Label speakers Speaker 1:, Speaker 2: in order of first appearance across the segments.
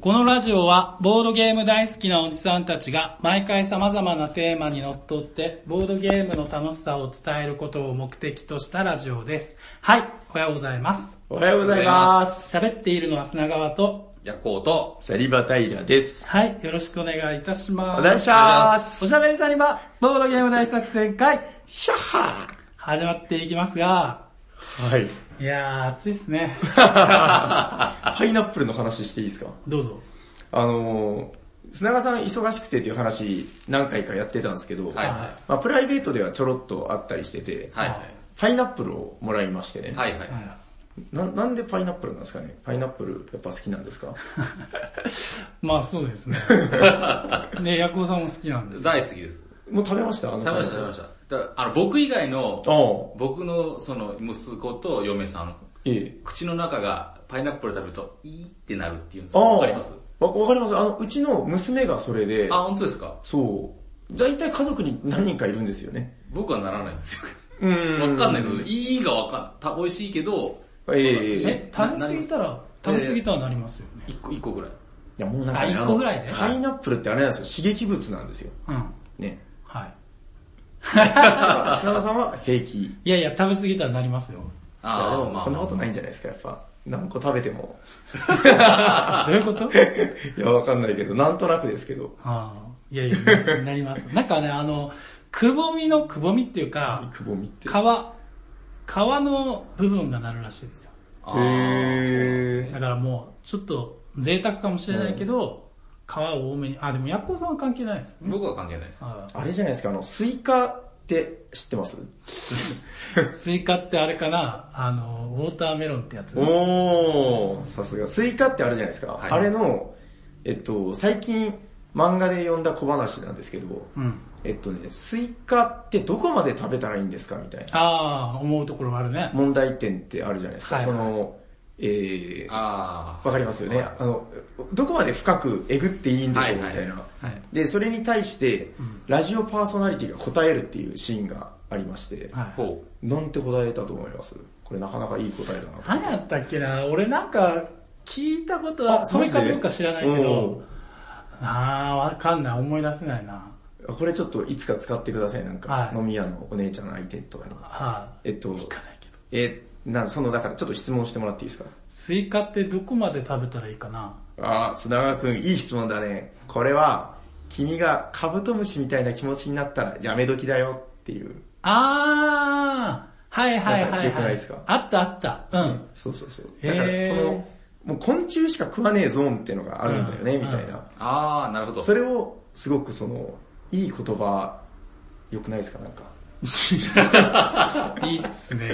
Speaker 1: このラジオはボードゲーム大好きなおじさんたちが毎回様々なテーマにのっとってボードゲームの楽しさを伝えることを目的としたラジオです。はい、おはようございます。
Speaker 2: おはようございます。
Speaker 1: 喋っているのは砂川と、
Speaker 3: 夜行と、
Speaker 2: サリバタイラです。
Speaker 1: はい、よろしくお願いいたし
Speaker 2: お
Speaker 1: ます。
Speaker 2: 願いします。
Speaker 1: おしゃべりさんにはボードゲーム大作戦会
Speaker 2: シャッハ
Speaker 1: 始まっていきますが、
Speaker 2: ーはい。
Speaker 1: いやー暑いっすね。
Speaker 2: パイナップルの話していいですか
Speaker 1: どうぞ。
Speaker 2: あのー、砂川さん忙しくてっていう話何回かやってたんですけど、
Speaker 3: はい
Speaker 1: は
Speaker 2: まあ、プライベートではちょろっと会ったりしてて、
Speaker 3: はい
Speaker 2: パイナップルをもらいましてね、
Speaker 3: はい。はいはい。
Speaker 2: な。なんでパイナップルなんですかねパイナップルやっぱ好きなん ですか
Speaker 1: まあそうですね。ね、ヤクオさんも好きなんです。
Speaker 3: 大好きです。
Speaker 2: もう食べましたあの
Speaker 3: 食べました食べま
Speaker 2: し
Speaker 3: した。だからあの、僕以外の、
Speaker 2: た。ああ、
Speaker 3: 僕のその息子と嫁さん、
Speaker 2: ええ。
Speaker 3: 口の中がパイナップル食べると、いいってなるっていうんです
Speaker 2: あ
Speaker 3: よ
Speaker 2: あ
Speaker 3: わかります
Speaker 2: わわかります。あの、うちの娘がそれで
Speaker 3: あ、、本当ですか
Speaker 2: そう、大体家族に何人かいるんですよね。
Speaker 3: 僕はならないんで すよ。
Speaker 2: うー
Speaker 3: わかんないです。いいがわかんた美味しいけど、
Speaker 2: ええ
Speaker 1: え、食べ過ぎたら、食べ過ぎたらなりますよね。
Speaker 3: 一個、一個ぐらい。
Speaker 2: いやもうなんか、
Speaker 1: あ一個
Speaker 2: あの
Speaker 1: ぐらいね
Speaker 2: パイナップルってあれなんですよ、刺激物なんですよ。
Speaker 1: うん。
Speaker 2: ね。
Speaker 1: はい。
Speaker 2: だから砂川さんは平気。い
Speaker 1: いやいや、食べ過ぎたらなりますよ。
Speaker 2: やで
Speaker 3: ああ、
Speaker 2: も
Speaker 3: まあ
Speaker 2: そんなことないんじゃないですか、やっぱ。何個食べても。
Speaker 1: どういう こと
Speaker 2: いや、わかんないけど、なんとなくですけど。
Speaker 1: ああ、いやいや、なります。なんかね、あの、くぼみのくぼみっていうか、
Speaker 2: くぼみって。
Speaker 1: 皮、皮の部分がなるらしいですよ。
Speaker 3: あ
Speaker 2: へ
Speaker 3: ー
Speaker 2: ー
Speaker 1: だからもう、ちょっと贅沢かもしれないけど、皮を多めに、あ、でもヤクオさんは関係ないですね。
Speaker 3: 僕は関係ないです。
Speaker 1: あ
Speaker 2: あれじゃないですか、あの、スイカって知ってます
Speaker 1: あスイカってあれかな、あの、ウォーターメロンってやつ。
Speaker 2: おー、さすが。スイカってあるじゃないですか。
Speaker 3: はい
Speaker 2: あれの、えっと、最近漫画で読んだ小話なんですけど、
Speaker 1: うん。
Speaker 2: えっとね、スイカってどこまで食べたらいいんですかみたいな。
Speaker 1: ああ、思うところがあるね。
Speaker 2: 問題点ってあるじゃないですか。
Speaker 1: はい
Speaker 2: その、えー、
Speaker 3: ああ。
Speaker 2: わかりますよね。あの、どこまで深くえぐっていいんでしょうみ
Speaker 3: はいは
Speaker 2: た
Speaker 3: い
Speaker 2: いな
Speaker 3: はい。
Speaker 2: で、それに対して
Speaker 1: ん、
Speaker 2: ラジオパーソナリティが答えるっていうシーンがありまして、
Speaker 1: はい。
Speaker 3: ほう。
Speaker 2: なんて答えたと思いますこれなかなかいい答えだな。
Speaker 1: 何やったっけな、俺なんか、聞いたことは、
Speaker 2: あ
Speaker 1: それか
Speaker 2: マジで
Speaker 1: どうか知らないけど、ああ、わかんない、思い出せないな。
Speaker 2: うんこれちょっといつか使ってください。なん
Speaker 1: は
Speaker 2: か、
Speaker 1: い
Speaker 2: 飲み屋のお姉ちゃんの相手とかに。
Speaker 1: はい、
Speaker 2: えっと、
Speaker 1: 聞かないけど。
Speaker 2: え、な、その、だからちょっと質問してもらっていいですか
Speaker 1: スイカってどこまで食べたらいいかな
Speaker 2: ああ、砂川くん、いい質問だね。これは、君がカブトムシみたいな気持ちになったらやめ時だよっていう。
Speaker 1: あー、はいはいはい、
Speaker 2: なん
Speaker 1: は
Speaker 2: か
Speaker 1: い。
Speaker 2: よくないですか
Speaker 1: あったあった。うん。
Speaker 2: そうそうそう。
Speaker 1: へー
Speaker 2: だから、この、もう昆虫しか食わねえゾーンってのがあるんだよね、
Speaker 1: うん
Speaker 2: みたい
Speaker 1: うん
Speaker 2: な。
Speaker 3: ああ、なるほど。
Speaker 2: それを、すごくその、いい言葉、良くないですか、なんか。
Speaker 1: いいっすね。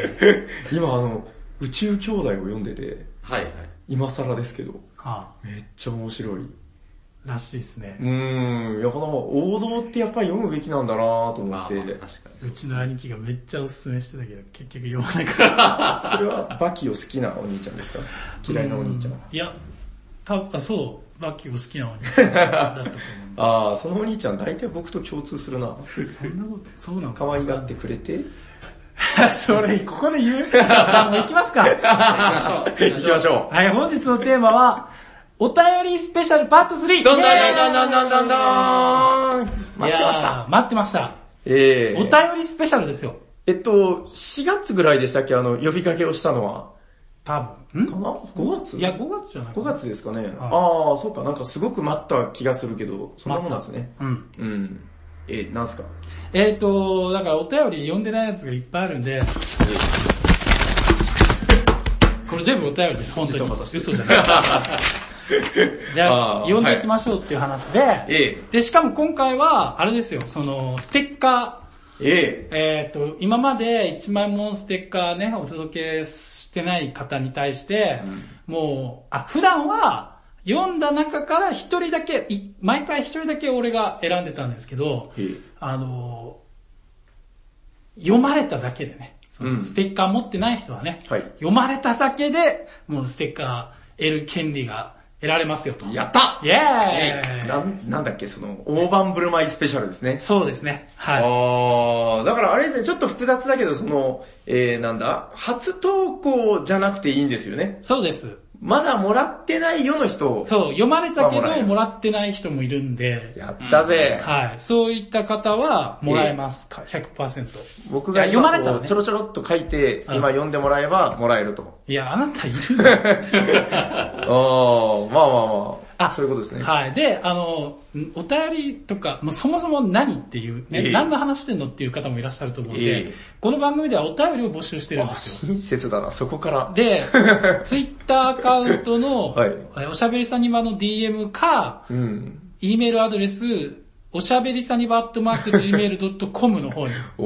Speaker 2: 今あの、宇宙兄弟を読んでて、
Speaker 3: はいはい。
Speaker 2: 今更ですけど、
Speaker 1: は
Speaker 2: めっちゃ面白い。う
Speaker 1: あ、らしいっすね。
Speaker 2: ーん、やっぱなんか王道ってやっぱり読むべきなんだなと思
Speaker 3: ま
Speaker 2: っ
Speaker 3: あまあ、
Speaker 2: て
Speaker 3: 確、か
Speaker 1: う
Speaker 3: に。
Speaker 1: ちの兄貴がめっちゃおすすめしてたけど、結局読まないから。
Speaker 2: それはバキを好きなお兄ちゃんですか嫌いなお兄ちゃん。
Speaker 1: いや、たあそう、バッキーを好きなお兄ちゃんだ ったと思
Speaker 2: ああ、そのお兄ちゃん大体僕と共通するな。
Speaker 1: う。そんなこと、そうなんか。
Speaker 2: 可愛がってくれて、
Speaker 1: それ、ここで言うじゃあもう行きますか。
Speaker 3: 行きましょう。
Speaker 2: 行きましょ
Speaker 1: はい、本日のテーマは、お便りスペシャルパート 3!
Speaker 2: う。どんどん
Speaker 1: イエーイ
Speaker 2: どんどんどんどんどん待ってまし
Speaker 1: いや
Speaker 2: た。
Speaker 1: ー。待ってました。
Speaker 2: ええ
Speaker 1: お便りスペシャルですよ。
Speaker 2: えっと、4月ぐらいでしたっけあの、呼びかけをしたのは。
Speaker 1: 多
Speaker 2: か
Speaker 1: 分。
Speaker 2: な ?5 月
Speaker 1: んいや、5月じゃない
Speaker 2: 5月ですかね。ああ、そうか、なんかすごく待った気がするけど、そんなもんなんですね。
Speaker 1: うん。
Speaker 2: うん。え、なんすか
Speaker 1: えっ、ー、と、だからお便り読んでないやつがいっぱいあるんで、 これ全部お便りです、本当に。嘘じゃ ない。で、
Speaker 2: あー
Speaker 1: 読んでいきましょうっていう話で、
Speaker 2: え
Speaker 1: で、しかも今回は、あれですよ、その、ステッカー、
Speaker 2: え、え
Speaker 1: えっ、と、今まで1万もステッカーね、お届けしてない方に対して、もう、あ、普段は、読んだ中から一人だけ、い毎回一人だけ俺が選んでたんですけど、
Speaker 2: え、ええ。
Speaker 1: あのー読まれただけでね、そ
Speaker 2: うん
Speaker 1: のステッカー持ってない人はね、
Speaker 2: はい
Speaker 1: 読まれただけで、もうステッカー得る権利が得られますよと。
Speaker 2: やった
Speaker 1: イエーイ
Speaker 2: なん、なんだっけ、その、大盤振る舞いスペシャルですね。
Speaker 1: そうですね。はい。
Speaker 2: ああ、だからあれですね、ちょっと複雑だけど、その、えー、なんだ、初投稿じゃなくていいんですよね。
Speaker 1: そうです。
Speaker 2: まだもらってないよの人を、
Speaker 1: そう、読まれたけ
Speaker 2: まあもらえ
Speaker 1: ど
Speaker 2: る
Speaker 1: もらってない人もいるんで、
Speaker 2: やったぜ。
Speaker 1: はい。そういった方はもらえますか、100%。
Speaker 2: 僕が
Speaker 1: いや読
Speaker 2: 今
Speaker 1: まれたら
Speaker 2: こ
Speaker 1: ね
Speaker 2: うちょろちょろっと書いて、
Speaker 1: うん
Speaker 2: 今読んでもらえばもらえると。
Speaker 1: いや、あなたいるの
Speaker 2: ああ、まあまあまあ。
Speaker 1: あ
Speaker 2: そういうことですね。
Speaker 1: はい。で、あの、んお便りとか、もうそもそも何っていう、ね
Speaker 2: ええ
Speaker 1: 何の話してんのっていう方もいらっしゃると思うんで、
Speaker 2: ええ
Speaker 1: この番組ではお便りを募集してるん
Speaker 2: あ
Speaker 1: ですよ。
Speaker 2: 親切だな、そこから。
Speaker 1: で、ツイッターアカウントの、
Speaker 2: はい
Speaker 1: えおしゃべりさにばの DM か、
Speaker 2: うん。
Speaker 1: E メールアドレス、おしゃべりさにばアットマーク Gmail.com の方に
Speaker 2: お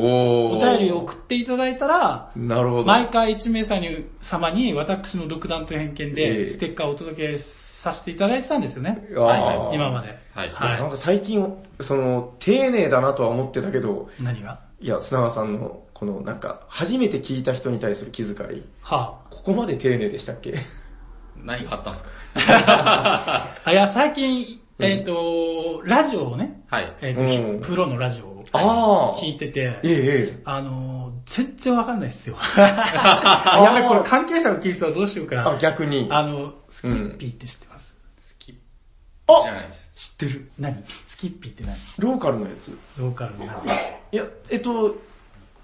Speaker 2: ー。
Speaker 1: お便りを送っていただいたら、
Speaker 2: なるほど。
Speaker 1: 毎回1名様に様に私の独断と偏見
Speaker 2: ええ
Speaker 1: でステッカーをお届けさせていただいてたんですよね。
Speaker 2: あー
Speaker 1: はいはい今まで。
Speaker 3: はい
Speaker 2: な
Speaker 1: は
Speaker 2: んか最近、その、丁寧だなとは思ってたけど、
Speaker 1: い。何が
Speaker 2: いや、砂川さんの、この、なんか、初めて聞いた人に対する気遣い、
Speaker 1: は
Speaker 2: ここまで丁寧でしたっけ
Speaker 3: 何があったんですか
Speaker 1: あ。あいや、最近、えっ、と、ラジオをね、
Speaker 3: はい。
Speaker 1: えっ、と、
Speaker 2: うん
Speaker 1: プロのラジオを
Speaker 2: あー
Speaker 1: 聞いてて、
Speaker 2: ええ、え
Speaker 1: あのー、全然わかんないっすよ。 やべ、これ関係者の聞いてたらどうしようか
Speaker 2: え。あ、
Speaker 1: な。
Speaker 2: 逆に。
Speaker 1: あの、スキッピーって知ってます、
Speaker 3: スキッ
Speaker 2: あ
Speaker 3: 知らないです。
Speaker 1: 知ってる何スキッピーって何
Speaker 2: ローカルのやつ。
Speaker 1: ローカルの何
Speaker 2: いや、えっと、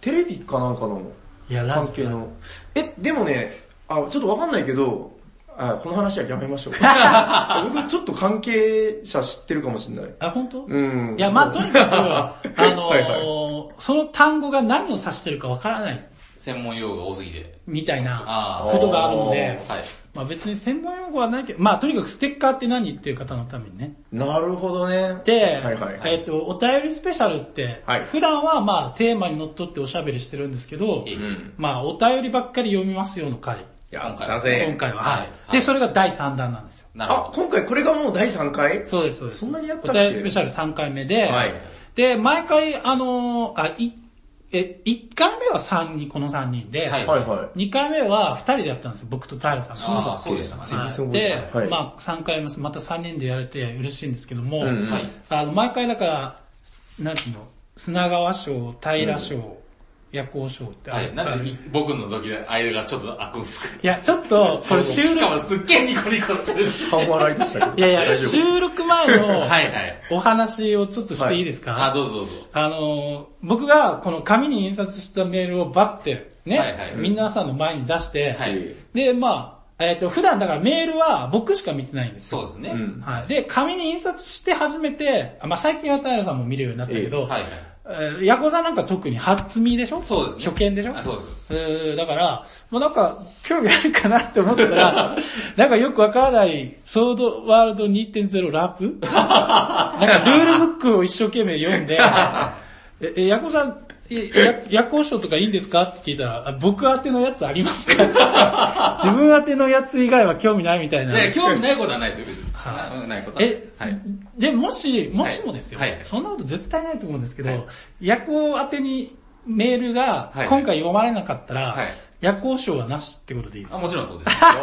Speaker 2: テレビかなんかの
Speaker 1: いや、ラ
Speaker 2: 関
Speaker 1: ジ
Speaker 2: 係
Speaker 1: オだ。
Speaker 2: の。え、でもね、あ、ちょっとわかんないけど、あこの話はやめ ましょう。僕ちょっと関係者知ってるかもしれない。
Speaker 1: あ、本当？
Speaker 2: うん。
Speaker 1: いや、まあとに かく、あのー
Speaker 2: はいは
Speaker 1: その単語が何を指してるかわからない
Speaker 3: 専門用語が多すぎて。
Speaker 1: みたいな
Speaker 3: あ
Speaker 1: ことがあるので、
Speaker 3: あ。はい。
Speaker 1: まあ別に専門用語はないけど、まあとにかくステッカーって何っていう方のためにね。
Speaker 2: なるほどね。
Speaker 1: で、
Speaker 2: はいはいはい
Speaker 1: えっ、と、お便りスペシャルって、
Speaker 2: はい
Speaker 1: 普段はまあテーマにのっとっておしゃべりしてるんですけど、
Speaker 3: ええ
Speaker 2: うん。
Speaker 1: まあお便りばっかり読みますよの回、
Speaker 2: やったぜ。
Speaker 1: 今回は、
Speaker 3: はい
Speaker 1: はいで、それが第3弾なんですよ。
Speaker 3: なる
Speaker 2: あ、
Speaker 3: ほど。
Speaker 2: 今回これがもう第3回
Speaker 1: そうです、そうです。
Speaker 2: そんなにやったっけ
Speaker 1: お便りスペシャル3回目で、
Speaker 2: はい
Speaker 1: で、毎回、あのーあ、い、え、1回目は3人、この3人で、
Speaker 3: はい
Speaker 2: はいは
Speaker 1: 2回目は2人でやったんですよ、僕とタイルさんが。
Speaker 3: そうだそうでしたね。
Speaker 2: 全
Speaker 1: は
Speaker 2: 然
Speaker 1: い
Speaker 2: そう思え
Speaker 1: で、
Speaker 2: ないはい
Speaker 1: まあ3回目、また3人でやれて嬉しいんですけども、
Speaker 2: うんうん
Speaker 3: はい
Speaker 1: あの、毎回だから、なんていうの、砂川賞、平賞、夜行賞ってあ
Speaker 3: は
Speaker 1: る、
Speaker 3: い。なんでい僕の時で間がちょっと開くんですか
Speaker 1: いや、ちょっ と、これ収
Speaker 3: しかも
Speaker 1: 録、
Speaker 3: すっげえニコニコしてるし。
Speaker 2: い。半笑いでしたけど。
Speaker 1: いやいや、
Speaker 2: 大丈夫
Speaker 1: 収録前の
Speaker 3: はいはい。
Speaker 1: お話をちょっとしていいですか、
Speaker 3: あ、どうぞどうぞ。
Speaker 1: あのー、僕がこの紙に印刷したメールをバッてね、
Speaker 3: はいはい
Speaker 1: 皆さんの前に出して、
Speaker 3: はい。
Speaker 1: で、まあ、えっ、と、普段だからメールは僕しか見てないんです
Speaker 3: そう
Speaker 1: よ。
Speaker 3: ですね。
Speaker 2: うん。
Speaker 1: はい。で、紙に印刷して初めて、あまあ最近は平さんも見るようになったけど、
Speaker 3: はいはい。
Speaker 1: えーヤコさんなんか特に初見でしょ
Speaker 3: そうですね。
Speaker 1: 初見でしょ
Speaker 3: あそうです。
Speaker 1: えーだから、もうなんか、興味あるかなって思ったら、なんかよくわからない、ソードワールド2.0ラップなんかルールブックを一生懸命読んで、え、え、ヤコさん、え、や夜行賞とかいいんですかって聞いたら、あ僕宛てのやつありますか自分宛てのやつ以外は興味ないみたいな。
Speaker 3: で、興味ないことはないですよ、別に。
Speaker 1: は
Speaker 3: なないことはない
Speaker 1: え、
Speaker 3: はい。
Speaker 1: で、もし、もしもですよ、
Speaker 3: はいはい
Speaker 1: そんなこと絶対ないと思うんですけど、
Speaker 3: はい
Speaker 1: 夜行宛てにメールが
Speaker 3: はい
Speaker 1: 今回読まれなかったら、
Speaker 3: はい
Speaker 1: 夜行賞はなしってことでいいです
Speaker 3: あ、
Speaker 1: か
Speaker 3: もちろんそう です。た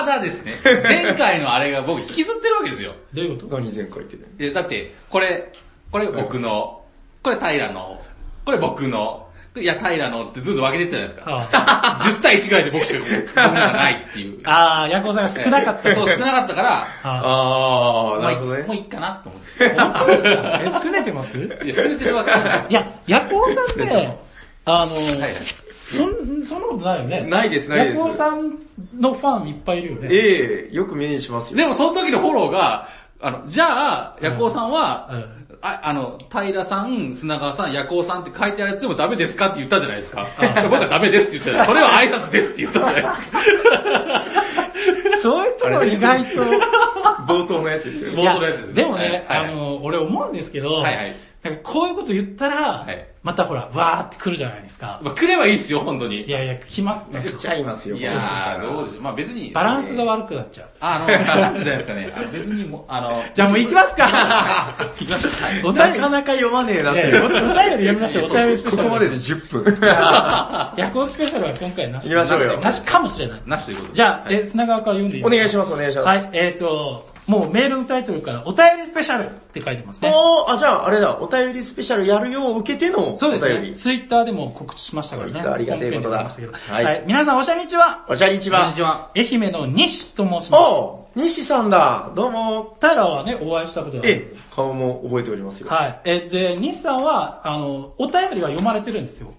Speaker 3: ただですね、前回のあれが僕引きずってるわけですよ。
Speaker 1: どういうこと
Speaker 2: 何前回言ってね。
Speaker 3: で、だって、これ、これ僕の、これ平の、これ僕の、いや平のってずっと分けてったじゃないですか。
Speaker 1: あ
Speaker 3: 10対1ぐらいで僕しか僕がないっていう。
Speaker 1: ああー、夜行さんが少なかった。
Speaker 3: そう、少なかったから、
Speaker 1: あ
Speaker 2: あー、なるほ
Speaker 3: もう
Speaker 2: ど
Speaker 3: いいもう
Speaker 2: ね。
Speaker 3: いいかなと思って。
Speaker 1: ーえ、拗ねてますい
Speaker 3: いや、捨ててるわけじゃないです。
Speaker 1: や、夜行さんって、あのー、
Speaker 3: はいはい。
Speaker 1: そん、そんなことないよね。
Speaker 2: ないですないです
Speaker 1: 夜行さんのファンいっぱいいるよね。
Speaker 2: ええよく目にしますよ。
Speaker 3: でもその時のフォローが、あの、じゃあ、夜行さんは、
Speaker 1: うんうん
Speaker 3: ああの、平さん、砂川さん、夜行さんって書いてあるやつでもダメですかって言ったじゃないですか。僕はダメですって言ったじゃないそれは挨拶ですって言ったじゃないですか。
Speaker 1: そういうところ意外と。
Speaker 2: 冒頭のやつですよね。
Speaker 3: 冒頭のやつですね
Speaker 1: いでもね、
Speaker 3: はいはい
Speaker 1: あの、俺思うんですけど、
Speaker 3: はいはい
Speaker 1: なんかこういうこと言ったら、
Speaker 3: はい
Speaker 1: またほら、わーって来るじゃないですか。
Speaker 3: まあ、来ればいいっすよ、本当
Speaker 1: い
Speaker 3: に。
Speaker 1: やいや、来ますね
Speaker 2: 出。ちゃいますよ、
Speaker 3: い
Speaker 2: この人し
Speaker 3: や
Speaker 2: た
Speaker 3: ー、
Speaker 2: ら
Speaker 3: どうでしょう。まあ別に。
Speaker 1: バランスが悪くなっちゃう。
Speaker 3: あの、なんて言うんですかね。あの別にもう、あの、
Speaker 1: じゃあもう行きます か
Speaker 3: 行きましょう。は
Speaker 1: お
Speaker 3: い
Speaker 1: 便
Speaker 2: な
Speaker 1: り、
Speaker 2: かなか読まねえなっ
Speaker 1: い
Speaker 2: て
Speaker 1: やい
Speaker 2: い
Speaker 1: や
Speaker 2: う
Speaker 1: お。便り読みましょう、お便りスペシャ
Speaker 2: こ
Speaker 1: ル。
Speaker 2: こまでで10分。
Speaker 1: 夜行スペシャルは今回なし。
Speaker 2: 行きましょうよ
Speaker 1: なしかもしれない。
Speaker 3: なしということで
Speaker 1: じゃあ、
Speaker 3: はい
Speaker 1: え、砂川から読んでいい
Speaker 2: お願い
Speaker 1: し
Speaker 2: します、お願いし
Speaker 1: は
Speaker 2: ます。
Speaker 1: い、えっ、と、もうメールのタイトルからお便りスペシャルって書いてますね。
Speaker 2: おー、あ、じゃああれだ、お便りスペシャルやるよう受けてのお
Speaker 1: そう
Speaker 2: 便
Speaker 1: ですね。
Speaker 2: り。
Speaker 1: ツイッターでも告知しましたからね。
Speaker 2: いつありがてえこと
Speaker 1: 本編でも
Speaker 2: だ
Speaker 1: 言いましたけどは、
Speaker 2: はいい
Speaker 1: 皆さんおしゃにちは。
Speaker 2: おしゃにち
Speaker 3: こんに
Speaker 2: は
Speaker 3: ち。は。
Speaker 1: 愛媛の西と申します。
Speaker 2: おー、西さんだ。どうも。
Speaker 1: タイラーはね、お会いしたことがある。
Speaker 2: ええ、顔も覚えておりますよ。
Speaker 1: はい。え、で、西さんは、あの、お便りが読まれてるんですよ。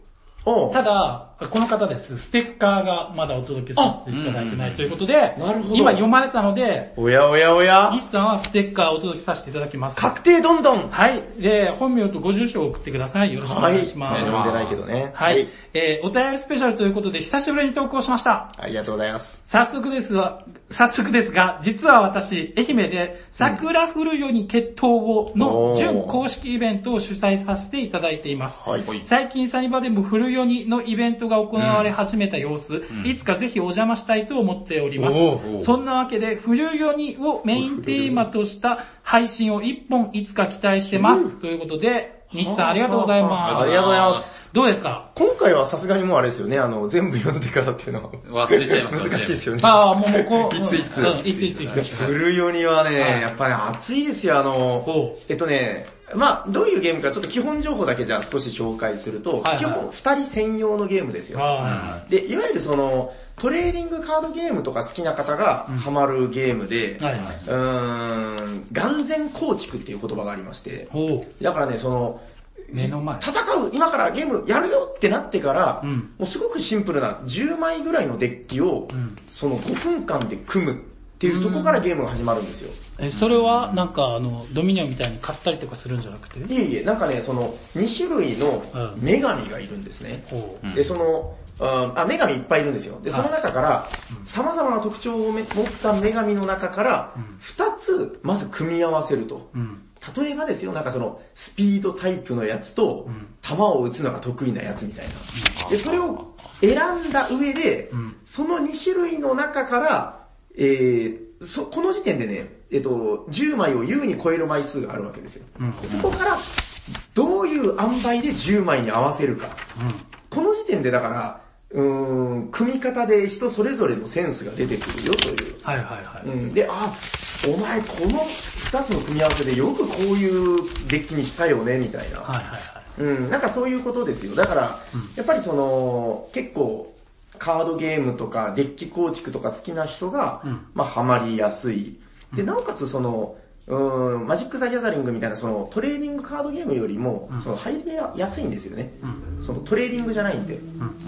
Speaker 2: お
Speaker 1: た
Speaker 2: ー、
Speaker 1: だ、この方です。ステッカーがまだお届けさせていただいてないということで、
Speaker 2: うんなるほど
Speaker 1: 今読まれたので、
Speaker 2: おやおやおや。
Speaker 1: 西さんはステッカーをお届けさせていただきます。
Speaker 2: 確定どんどん。
Speaker 1: はい。で、本名とご住所を送ってください。よろしくお願いします。
Speaker 2: はい
Speaker 1: は
Speaker 2: 読
Speaker 1: い。
Speaker 2: んでないけどね。
Speaker 1: えーお便りスペシャルということで、久しぶりに投稿しました。
Speaker 2: ありがとうございます。
Speaker 1: 早速ですが、早速ですが、実は私、愛媛で、桜降るよに決闘を
Speaker 2: お
Speaker 1: の
Speaker 2: ー
Speaker 1: 準公式イベントを主催させていただいています。
Speaker 2: はい。
Speaker 1: 最近サニバでも古世にのイベントが行われ始めた様子、
Speaker 3: ん
Speaker 1: いつかぜひお邪魔したいと思っております。
Speaker 2: お
Speaker 3: うおう
Speaker 1: そんなわけで、古世にをメインテーマとした配信を一本いつか期待してます。ということで、西さんありがとうござい
Speaker 2: あ
Speaker 1: ます。
Speaker 2: りがとうございます。
Speaker 1: どうですか
Speaker 2: 今回はさすがにもうあれですよね、あの、全部読んでからっていうのは。
Speaker 3: 忘れちゃいます
Speaker 2: 難しいですよね。
Speaker 1: ああ、もうもうこう、
Speaker 2: いついつ
Speaker 1: うん、いついつい
Speaker 2: いや、
Speaker 1: つ。
Speaker 2: 古世にはね、
Speaker 1: はい
Speaker 2: やっぱね、熱いですよ、あの
Speaker 1: ほう、
Speaker 2: えっとね、まあどういうゲームかちょっと基本情報だけじゃあ少し紹介する
Speaker 1: はい
Speaker 2: と、
Speaker 1: はい
Speaker 2: 基本二人専用のゲームですよ。
Speaker 1: あ
Speaker 2: で、いわゆるその、トレーディングカードゲームとか好きな方がハマるゲームで、
Speaker 1: あはいはいう
Speaker 2: ーん、眼前構築っていう言葉がありまして、
Speaker 1: ほう。
Speaker 2: だからね、その、
Speaker 1: 目の前
Speaker 2: 戦う、今からゲームやるよってなってから、
Speaker 1: うん
Speaker 2: もうすごくシンプルな10枚ぐらいのデッキを、
Speaker 1: うん
Speaker 2: その5分間で組むっていうところからゲームが始まるんですよ。
Speaker 1: え、それは、なんか、あの、ドミニオンみたいに買ったりとかするんじゃなくて
Speaker 2: いえいえ、なんかね、その2種類の
Speaker 1: うん
Speaker 2: 女神がいるんですね。
Speaker 1: ほう。
Speaker 3: うん
Speaker 2: で、その、うんあ、女神いっぱいいるんですよ。で、その中から、様々な特徴をめ持った女神の中から
Speaker 1: ん、
Speaker 2: 2つ、まず組み合わせると。
Speaker 1: うん。
Speaker 2: 例えばですよ、なんかその、スピードタイプのやつと
Speaker 1: ん、
Speaker 2: 球を打つのが得意なやつみたいな。で、それを選んだ上で
Speaker 1: ん、
Speaker 2: その2種類の中から、えー、そ、この時点でね、えっと、10枚を優に超える枚数があるわけですよ。
Speaker 1: うん
Speaker 2: でそこから、どういう塩梅で10枚に合わせるか。この時点でだから、うーん、組み方で人それぞれのセンスが出てくるよという。
Speaker 1: はいはいは
Speaker 2: う
Speaker 1: い。
Speaker 2: ん、で、あ、お前この二つの組み合わせでよくこういうデッキにしたよね、みたいな。
Speaker 1: はいはいはい。
Speaker 2: うん、なんかそういうことですよ。だから、やっぱりその、結構、カードゲームとかデッキ構築とか好きな人が、
Speaker 1: うん
Speaker 2: まあハマりやすい。で、なおかつその、うん、マジック・ザ・ギャザリングみたいなそのトレーディングカードゲームよりも、その入りや安いんですよね。そのトレーディングじゃないんで、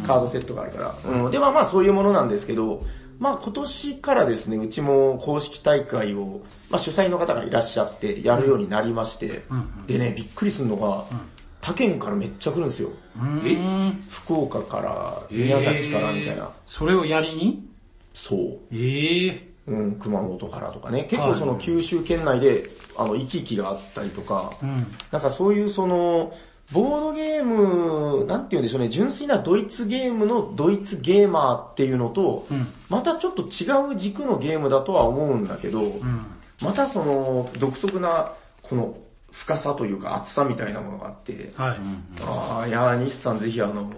Speaker 2: カードセットがあるから。うん、で、まあまあそういうものなんですけど、まあ今年からですね、うちも公式大会を、まあ主催の方がいらっしゃってやるようになりまして、
Speaker 1: うんうん
Speaker 2: でね、びっくりするのが、他県からめっちゃ来るんですよ。
Speaker 1: え
Speaker 2: 福岡から、
Speaker 3: えー
Speaker 2: 宮崎からみたいな。
Speaker 1: それをやりに
Speaker 2: そう。
Speaker 1: ええ
Speaker 2: うん、熊本からとかね。結
Speaker 1: は
Speaker 2: 構
Speaker 1: い
Speaker 2: その九州圏内で、あの、行き来があったりとか、
Speaker 1: うん。
Speaker 2: なんかそういうその、ボードゲーム、なんて言うんでしょうね、純粋なドイツゲームのドイツゲーマーっていうのと、
Speaker 1: うん
Speaker 2: またちょっと違う軸のゲームだとは思うんだけど、
Speaker 1: うん。
Speaker 2: またその、独特な、この、深さというか厚さみたいなものがあって、
Speaker 1: はい。
Speaker 2: ああ、いやー、西さんぜひあの、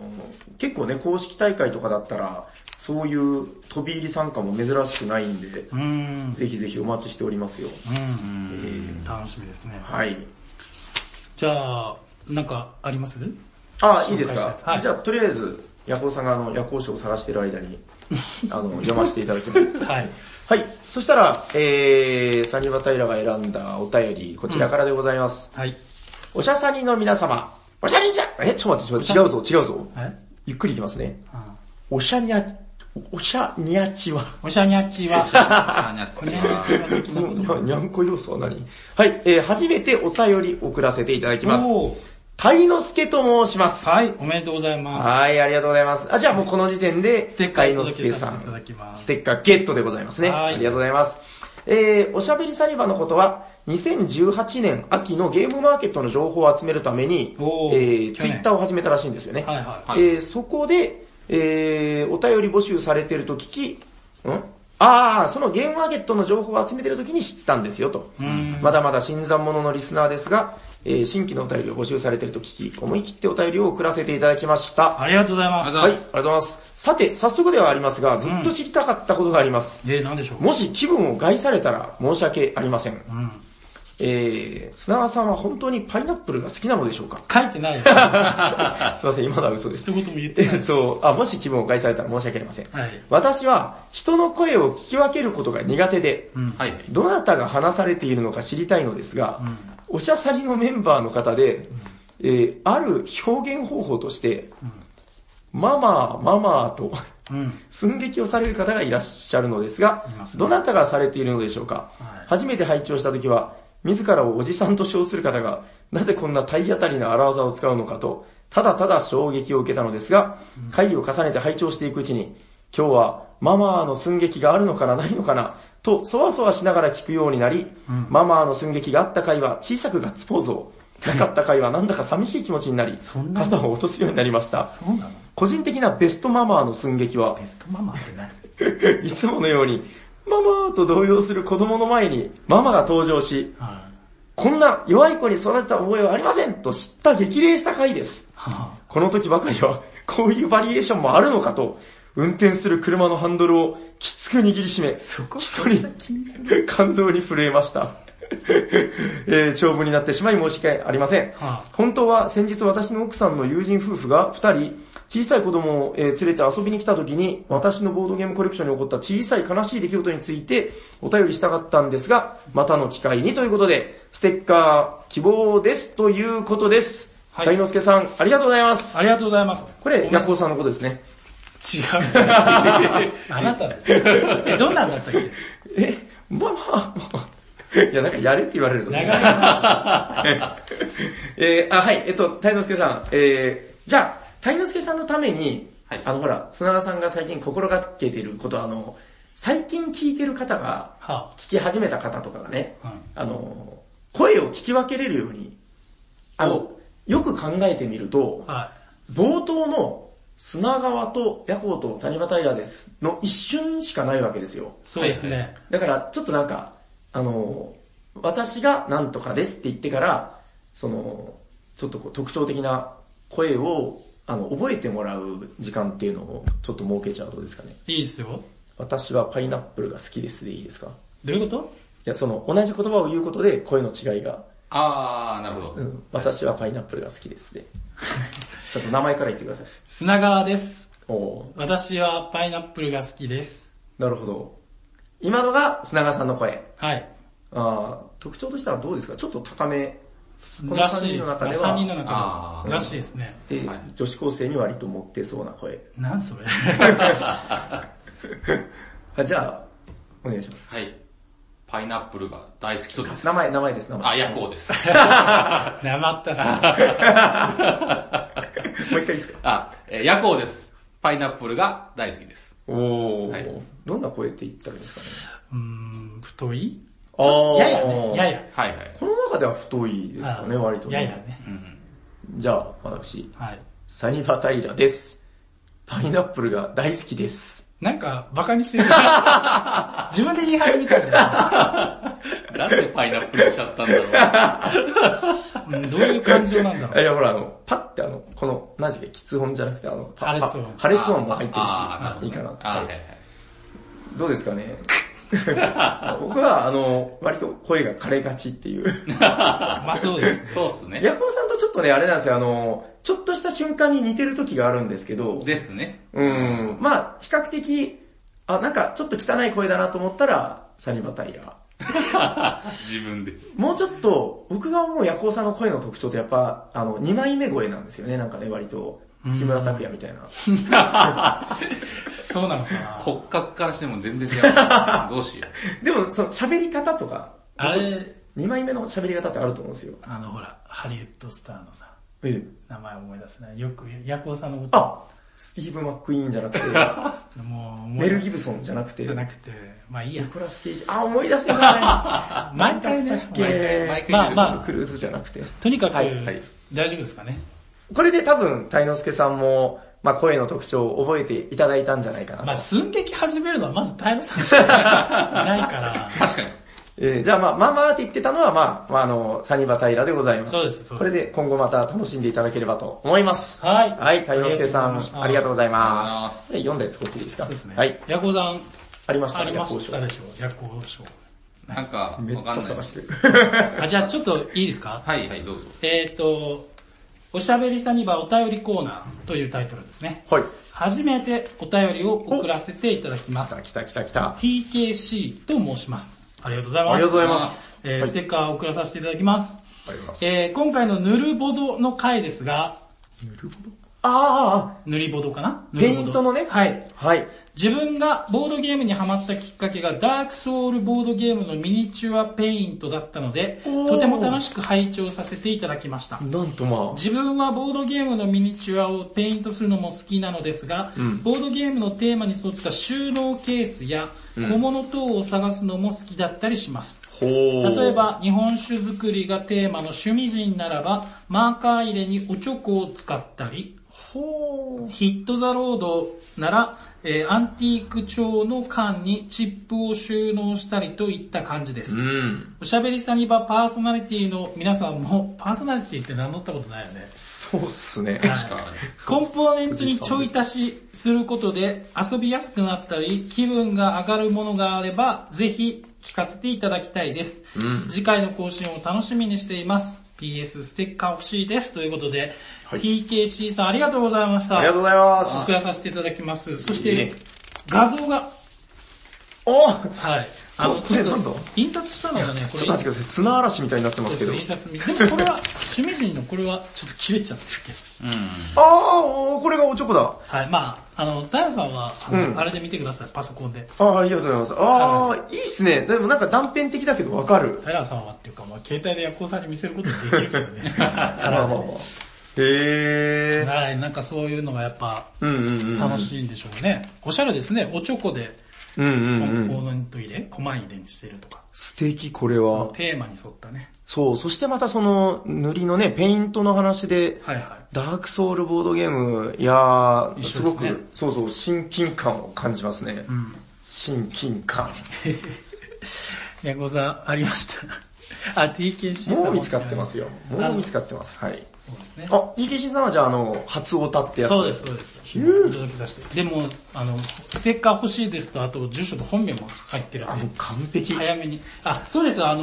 Speaker 2: 結構ね、公式大会とかだったら、そういう飛び入り参加も珍しくないんで、
Speaker 1: うーん。
Speaker 2: ぜひぜひお待ちしておりますよ。
Speaker 1: うん。
Speaker 2: えー
Speaker 1: 楽しみですね。
Speaker 2: はい。
Speaker 1: じゃあ、なんかあります
Speaker 2: あー、いいですか
Speaker 1: 紹介し。ますはい
Speaker 2: じゃあ、とりあえず、夜行さんがあの、夜行賞を探してる間に、あの、読ませていただきます。
Speaker 1: はい。
Speaker 2: はい。そしたら、えー、サニバタイラが選んだお便り、こちらからでございます。
Speaker 1: はい。
Speaker 2: おしゃさにの皆様、おしゃにんじゃえ、ちょっと待って、ちょっと違うぞ、違うぞ。
Speaker 1: え
Speaker 2: ゆっくりいきますね。
Speaker 1: あ
Speaker 2: おしゃにゃ、おしゃにゃちは。
Speaker 1: おしゃにゃっちは、 おしゃにゃっちは的なこと
Speaker 2: にゃにゃんこ要素は何はい、えー、初めてお便り送らせていただきます。
Speaker 1: おー
Speaker 2: たいのすけと申します。
Speaker 1: はい、おめでとうございます。
Speaker 2: はい、ありがとうございます。あ、じゃあもうこの時点で、
Speaker 1: ステッカー
Speaker 2: たいのすけさ
Speaker 1: 届けさせていただきま
Speaker 2: ん、
Speaker 1: す
Speaker 2: ステッカーゲットでございますね。
Speaker 1: は
Speaker 2: あ
Speaker 1: い
Speaker 2: りがとうございます。えー、おしゃべりサリバのことは、2018年秋のゲームマーケットの情報を集めるために、え
Speaker 1: おー
Speaker 2: ー、
Speaker 1: 去
Speaker 2: ツイ
Speaker 1: 年
Speaker 2: ッターを始めたらしいんですよね。
Speaker 1: はいはい
Speaker 3: はい
Speaker 2: えーそこで、えー、お便り募集されてると聞き、んああ、そのゲームマーケットの情報を集めてる時に知ったんですよと。
Speaker 1: ん
Speaker 2: まだまだ新参者のリスナーですが、えー新規のお便りを募集されてると聞き、思い切ってお便りを送らせていただきました。
Speaker 1: ありがとうございま
Speaker 3: あ
Speaker 1: す
Speaker 3: り。がと
Speaker 2: はい、
Speaker 3: うございます
Speaker 2: ありがとうございます。さて、早速ではありますが、ずっと知りたかったことがあります。
Speaker 1: えー、なんでしょう。
Speaker 2: もし気分を害されたら申し訳ありません。
Speaker 1: うん。
Speaker 2: えー、砂川さんは本当にパイナップルが好きなのでしょうか
Speaker 1: 書いてないです。一
Speaker 2: すいません、今のは嘘です。
Speaker 1: 言も言ってない
Speaker 2: え
Speaker 1: で
Speaker 2: っ
Speaker 1: す。
Speaker 2: と、あ、もし気分を害されたら申し訳ありません。
Speaker 1: はい。
Speaker 2: 私は人の声を聞き分けることが苦手で、
Speaker 1: うん。
Speaker 3: はい。
Speaker 2: どなたが話されているのか知りたいのですが、おしゃさりのメンバーの方で、えーある表現方法として、ママ、ママと
Speaker 1: うん。
Speaker 2: 寸劇をされる方がいらっしゃるのですが
Speaker 1: います、ね
Speaker 2: どなたがされているのでしょうか、
Speaker 1: はい
Speaker 2: 初めて拝聴した時は、自らをおじさんと称する方が、なぜこんな体当たりな荒技を使うのかと、ただただ衝撃を受けたのですが、会議を重ねて拝聴していくうちに、今日はママの寸劇があるのかな、ないのかな、と、そわそわしながら聞くようになり、ママの寸劇があった回は小さくガッツポーズを、なかった回はなんだか寂しい気持ちになり
Speaker 1: そん、な
Speaker 2: 肩を落とすようになりました。
Speaker 1: そうなの
Speaker 2: 個人的なベストママの寸劇は
Speaker 1: ベ、ストママって何
Speaker 2: いつものように、ママと動揺する子供の前にママが登場し、
Speaker 1: はい。
Speaker 2: こんな弱い子に育てた覚えはありませんと知った激励した回です。
Speaker 1: は
Speaker 2: この時ばかりは、こういうバリエーションもあるのかと、運転する車のハンドルをきつく握りしめ、
Speaker 1: そこ
Speaker 2: 一人、感動に震えました。えー長文になってしまい申し訳ありません。
Speaker 1: はあ
Speaker 2: 本当は先日私の奥さんの友人夫婦が二人、小さい子供を、えー連れて遊びに来た時に、私のボードゲームコレクションに起こった小さい悲しい出来事についてお便りしたかったんですが、またの機会にということで、ステッカー希望ですということです。
Speaker 1: はい
Speaker 2: 大之助さん、ありがとうございます。
Speaker 1: ありがとうございます。
Speaker 2: これ、ヤコウさんのことですね。
Speaker 1: 違う。 あなたです。え、どんなんだったっけ
Speaker 2: え、まあまあまあ、 いや、なんかやれって言われるぞ。
Speaker 1: 長いな。
Speaker 2: えー、あ、はい、えっと、たいのすけさん、えー、じゃあ、たいのすけさんのために、
Speaker 3: はい
Speaker 2: あの、ほら、砂川さんが最近心がけていること、あの、最近聞いてる方が、
Speaker 1: は
Speaker 2: 聞き始めた方とかがね、
Speaker 1: はい
Speaker 2: あの、声を聞き分けれるように、あの、よく考えてみると、
Speaker 1: あ、は
Speaker 2: 冒頭の砂川とヤコウと谷場平ですの一瞬しかないわけですよ。
Speaker 1: い。そうです
Speaker 3: はい
Speaker 1: ね。
Speaker 2: だから、ちょっとなんか、あの、私がなんとかですって言ってから、その、ちょっとこう特徴的な声を、あの、覚えてもらう時間っていうのをちょっと設けちゃうとどうですかね。
Speaker 1: いいですよ。
Speaker 2: 私はパイナップルが好きですでいいですか
Speaker 1: どういうこと
Speaker 2: いや、その、同じ言葉を言うことで声の違いが、
Speaker 3: あー、なるほ
Speaker 2: う
Speaker 3: ど。
Speaker 2: ん、私はパイナップルが好きです で。ちょっと名前から言ってください。
Speaker 1: 砂川です。
Speaker 2: おお
Speaker 1: 私はパイナップルが好きです。
Speaker 2: なるほど。今のが砂川さんの声。
Speaker 1: はい。
Speaker 2: あー特徴としてはどうですかちょっと高めこの
Speaker 1: ら
Speaker 2: 三
Speaker 1: しい。
Speaker 2: 人の中では
Speaker 1: 3人の中で
Speaker 3: あ
Speaker 1: は。
Speaker 3: ー
Speaker 1: らしいですね。
Speaker 2: で、
Speaker 3: はい
Speaker 2: 女子高生に割と持ってそうな声。
Speaker 1: なんそれ。
Speaker 2: あじゃあ、お願いします。
Speaker 3: はい。パイナップルが大好きとです。
Speaker 2: 名前、名前です、名前。
Speaker 3: あ、ヤコウです。
Speaker 1: なまったし。
Speaker 2: もう一回いいですか
Speaker 3: あ、えーヤコウです。パイナップルが大好きです。
Speaker 2: おー、
Speaker 3: はい
Speaker 2: どんな声って言ったらいいんですかね。
Speaker 1: うーん、太い
Speaker 2: あ
Speaker 1: ややね。やや。
Speaker 3: はいはい。
Speaker 2: この中では太いですか
Speaker 1: あ
Speaker 2: ね、
Speaker 1: ー
Speaker 2: 割と、ね。
Speaker 1: ややね。
Speaker 3: うん
Speaker 2: じゃあ、私、
Speaker 1: はい。
Speaker 2: サニバタイラです。パイナップルが大好きです。
Speaker 1: なんか、バカにしてる。 自分で言い始めたんだ
Speaker 3: なんでパイナップルしちゃったんだろ
Speaker 1: よ、うん。どういう感情なんだ
Speaker 2: あ
Speaker 1: ろう。
Speaker 2: いや、ほら、あの、パってあの、この、何時か、きつ音じゃなくて、あの、パ
Speaker 1: 破裂音
Speaker 2: パ破裂音も入って
Speaker 3: あ
Speaker 2: る
Speaker 3: ー
Speaker 2: し、いいかな
Speaker 3: う。
Speaker 2: と。
Speaker 3: あ、はい
Speaker 2: は
Speaker 3: はいい。
Speaker 2: どうですかね僕は、あの、割と声が枯れがちっていう。
Speaker 1: まあそうです。
Speaker 3: そうっすね。
Speaker 2: ヤコウさんとちょっとね、あれなんですよ、あの、ちょっとした瞬間に似てる時があるんですけど、
Speaker 3: ですね。
Speaker 2: うん、まあ比較的、あ、なんかちょっと汚い声だなと思ったら、サニバタイラ。
Speaker 3: 自分で。
Speaker 2: もうちょっと、僕が思うヤコウさんの声の特徴ってやっぱ、あの、二枚目声なんですよね、なんかね、割と。木村拓哉みたいな。
Speaker 1: そうなのかな。
Speaker 3: 骨格からしても全然違う。どうしよ
Speaker 2: でも、その喋り方とか、
Speaker 1: あれ、
Speaker 2: 二枚目の喋り方ってあると思うんですよ。
Speaker 1: あのほら、ハリウッドスターのさ、
Speaker 2: ええ。
Speaker 1: 名前思い出すね。よく、ヤコウさんのこ
Speaker 2: あ、スティーブ・マックイーンじゃなくて、
Speaker 1: と、もう、思い
Speaker 2: メル・ギブソンじゃなくて、
Speaker 1: じゃな
Speaker 2: ニ
Speaker 1: くて、まあ いいや。
Speaker 2: コラス・ケイジ、あ、思い出せない。
Speaker 1: 毎回ね、
Speaker 2: け
Speaker 1: 毎回
Speaker 3: 毎回
Speaker 1: まあま
Speaker 2: クルーズじゃなくて。
Speaker 1: あ、とにかく、
Speaker 2: はいはい
Speaker 1: 大丈夫ですかね。
Speaker 2: これで多分、タイノスケさんも、まあ声の特徴を覚えていただいたんじゃないかなと。
Speaker 1: まあ、寸劇始めるのはまず平さん しかいないから。
Speaker 3: 確かに。
Speaker 2: えーじゃあまあ、まあまあって言ってたのは、まあ、まああの、サニバタイラでございます。
Speaker 1: そうですそうです
Speaker 2: これで今後また楽しんでいただければと思います。
Speaker 1: はい
Speaker 2: はい、太陽介さ
Speaker 1: ありがとうございまし
Speaker 2: ん、
Speaker 1: た
Speaker 2: ありがとうございま
Speaker 3: あ
Speaker 2: す。で、読んだやつこっちでいいですか
Speaker 1: そうですね。
Speaker 2: はい。。
Speaker 1: ヤコさん、
Speaker 2: ありました
Speaker 1: ありま
Speaker 2: 夜行
Speaker 1: し
Speaker 2: 賞
Speaker 1: たでしょう、ヤコ賞。
Speaker 3: なんか、わかん
Speaker 2: めっち
Speaker 3: な
Speaker 2: ゃ
Speaker 3: いで
Speaker 2: 探
Speaker 3: す。
Speaker 2: してる。
Speaker 1: あ、じゃあちょっといいですか
Speaker 3: はいはい、どうぞ。
Speaker 1: えっ、と、おしゃべりサニバお便りコーナーというタイトルですね。
Speaker 2: はい。
Speaker 1: 初めてお便りを送らせていただきま
Speaker 2: 来
Speaker 1: す。
Speaker 2: た来た来た来た。あ
Speaker 1: TKC と申します。ありがとうございます。
Speaker 2: りがとうござい
Speaker 3: ま
Speaker 2: ます。
Speaker 1: えー
Speaker 2: はい
Speaker 1: ステッカーを送らさせていただきます。
Speaker 2: ありがとうございます。
Speaker 1: えー今回のヌルボドの回ですが、
Speaker 2: なるほど。あ
Speaker 1: ヌリボドかな
Speaker 2: ペイントのね
Speaker 1: ヌルボドはい。
Speaker 2: あ、はい。
Speaker 1: 自分がボードゲームにハマったきっかけがダークソウルボードゲームのミニチュアペイントだったので、
Speaker 2: おー
Speaker 1: とても楽しく拝聴させていただきました。
Speaker 2: なんとま
Speaker 1: 自分はボードゲームのミニチュアをペイントするのも好きなのですが、
Speaker 2: うん
Speaker 1: ボードゲームのテーマに沿った収納ケースや小物等を探すのも好きだったりします。
Speaker 2: あ、ほー
Speaker 1: 例え、ば、日本酒作りがテーマの趣味人ならば、マーカー入れにおチョコを使ったり、
Speaker 2: ほー
Speaker 1: ヒットザロードなら、えーアンティーク調の缶にチップを収納したりといった感じです。
Speaker 2: うん。
Speaker 1: おしゃべりサニバパーソナリティの皆さんも、パーソナリティって名乗ったことないよね。
Speaker 2: そうっすね。
Speaker 1: はい
Speaker 3: 確かに。
Speaker 1: コンポーネントにちょい足しすることで遊びやすくなったり、気分が上がるものがあれば、ぜひ聞かせていただきたいです。
Speaker 2: うん
Speaker 1: 次回の更新を楽しみにしています。PS ステッカー欲しいです。ということで、
Speaker 2: はい
Speaker 1: TKC さんありがとうございました。
Speaker 2: ありがとうございま
Speaker 1: 送
Speaker 2: す。
Speaker 1: らさせていただきます。そし
Speaker 2: いい
Speaker 1: て
Speaker 2: ね、
Speaker 1: 画像が、
Speaker 2: お
Speaker 1: はい。あの、
Speaker 2: こ
Speaker 1: ちょ
Speaker 2: れ
Speaker 1: っ
Speaker 2: なんだ
Speaker 1: と、印刷したのがね、こ
Speaker 2: ち
Speaker 1: れ
Speaker 2: ょっと待っ、てください。砂嵐みたいになってますけど
Speaker 1: 印。刷見でもこれは、趣味人のこれは、ちょっと切れちゃってるけど。
Speaker 3: うん。
Speaker 2: ああ、おーこれがおちょこだ。
Speaker 1: はい、まああの、ダイヤさんは、あの
Speaker 2: うん
Speaker 1: あれで見てください、パソコンで。
Speaker 2: ああ、ありがとうございます。ああ、いいっすね。でもなんか断片的だけどわ かる。
Speaker 1: ダイヤさんはっていうか、まあ携帯でヤコウさんに見せることってできるけど ね。
Speaker 2: まあまあまあ
Speaker 1: は。
Speaker 2: へ
Speaker 1: い、
Speaker 2: え。
Speaker 1: はいなんかそういうのがやっぱ、
Speaker 2: うんうんうん。
Speaker 1: 楽しいんでしょうね。おしゃれですね、おちょこで、
Speaker 2: うんう
Speaker 1: コ
Speaker 2: ん
Speaker 1: ンポ
Speaker 2: うん。
Speaker 1: ーネント入れ、コマ入れにしてるとか、
Speaker 2: 素敵、これ
Speaker 1: その
Speaker 2: は。
Speaker 1: テーマに沿ったね。
Speaker 2: そう、そしてまたその塗りのね、ペイントの話で、
Speaker 1: はいは
Speaker 2: ダークソウルボードゲーム、いやー、
Speaker 1: 一
Speaker 2: す
Speaker 1: 緒で
Speaker 2: ご
Speaker 1: すね
Speaker 2: く、そうそう、親近感を感じますね
Speaker 1: い。う。ん。
Speaker 2: 親近感。
Speaker 1: ヤコウさん、ありました。あ、TKC さん
Speaker 2: もう見つかってます
Speaker 1: よ。
Speaker 2: よ。もう見つかってます。はい。
Speaker 1: そうですね。
Speaker 2: あ、EKC さんはじゃああの、初オタってやつ。
Speaker 1: そうです、そうです。
Speaker 2: ひゅー
Speaker 1: お届けさせて。でも、あの、ステッカー欲しいですと、あと住所と本名も入ってる
Speaker 2: あ、
Speaker 1: んで
Speaker 2: もう。完璧。
Speaker 1: 早めに。あ、そうです。あの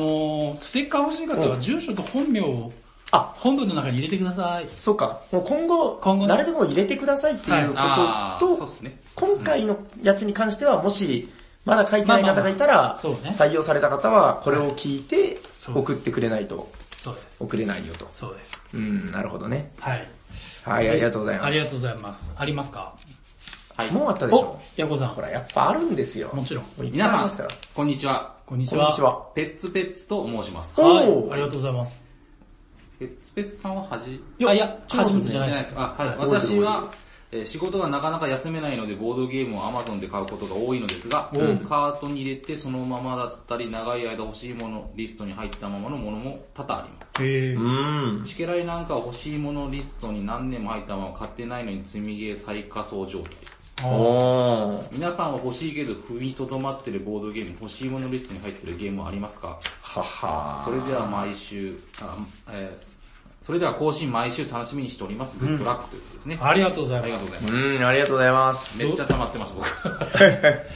Speaker 1: ーステッカー欲しい方は住所と本名を
Speaker 2: あ、
Speaker 1: 本文の中に入れてください。
Speaker 2: そうか。もう今後、
Speaker 1: 今後ね
Speaker 2: なるべく入れてくださいっていう
Speaker 3: ああ、
Speaker 2: こと
Speaker 3: そ
Speaker 2: と、
Speaker 3: うですね。
Speaker 2: 今回のやつに関しては、もし、まだ書いてない方がいた
Speaker 1: まあまあま
Speaker 2: ら、
Speaker 1: あそうね
Speaker 2: 採用された方は、これを聞いて、
Speaker 1: そう
Speaker 2: 送ってくれないと、
Speaker 1: そうです。
Speaker 2: 送れないよと。
Speaker 1: そうです。
Speaker 2: うん、なるほどね。
Speaker 1: はい。
Speaker 2: はい、ありがとうござい
Speaker 1: あ
Speaker 2: ま
Speaker 1: りが。
Speaker 2: す
Speaker 1: とうございます。ありますか
Speaker 3: はい。
Speaker 2: もうあったでし
Speaker 1: お
Speaker 2: ょ、
Speaker 1: ヤコさん。
Speaker 2: ほら、やっぱあるんですよ。
Speaker 1: もちろん
Speaker 2: もういっぱい
Speaker 3: 皆
Speaker 2: あり
Speaker 3: さ
Speaker 2: ますから
Speaker 3: ん。、こんにちは。
Speaker 1: こんにち
Speaker 2: こ
Speaker 1: は。
Speaker 2: んにちは。
Speaker 3: ペッツペッツと申します。
Speaker 2: お
Speaker 1: はい
Speaker 2: ー。
Speaker 1: ありがとうございます。
Speaker 3: ペッツペッツさんははじ、
Speaker 1: いや、いや、初めてじゃない
Speaker 3: で
Speaker 1: ですす。
Speaker 3: か。あはい、
Speaker 2: 覚えてる
Speaker 3: 私は、えー仕事がなかなか休めないので、ボードゲームを Amazon で買うことが多いのですが、カートに入れてそのままだったり、長い間欲しいもの、リストに入ったままのものも多々あります。
Speaker 1: へ
Speaker 2: う
Speaker 1: ー
Speaker 2: ん。
Speaker 3: チケライなんかは欲しいものリストに何年も入ったまま買ってないのに積みゲー最下層状態。
Speaker 1: あ
Speaker 2: おー。
Speaker 3: 皆さんは欲しいけど踏みとどまってるボードゲーム、欲しいものリストに入ってるゲームはありますか
Speaker 2: はは
Speaker 3: それでは毎週、あえーそれでは更新毎週楽しみにしております。グッドラックということですね。
Speaker 1: ありがとうござ
Speaker 3: あ
Speaker 1: い
Speaker 3: り
Speaker 1: ま
Speaker 3: が
Speaker 1: す
Speaker 3: とうございます。
Speaker 2: うん、ありがとうございます。
Speaker 3: めっちゃ溜まってます、僕。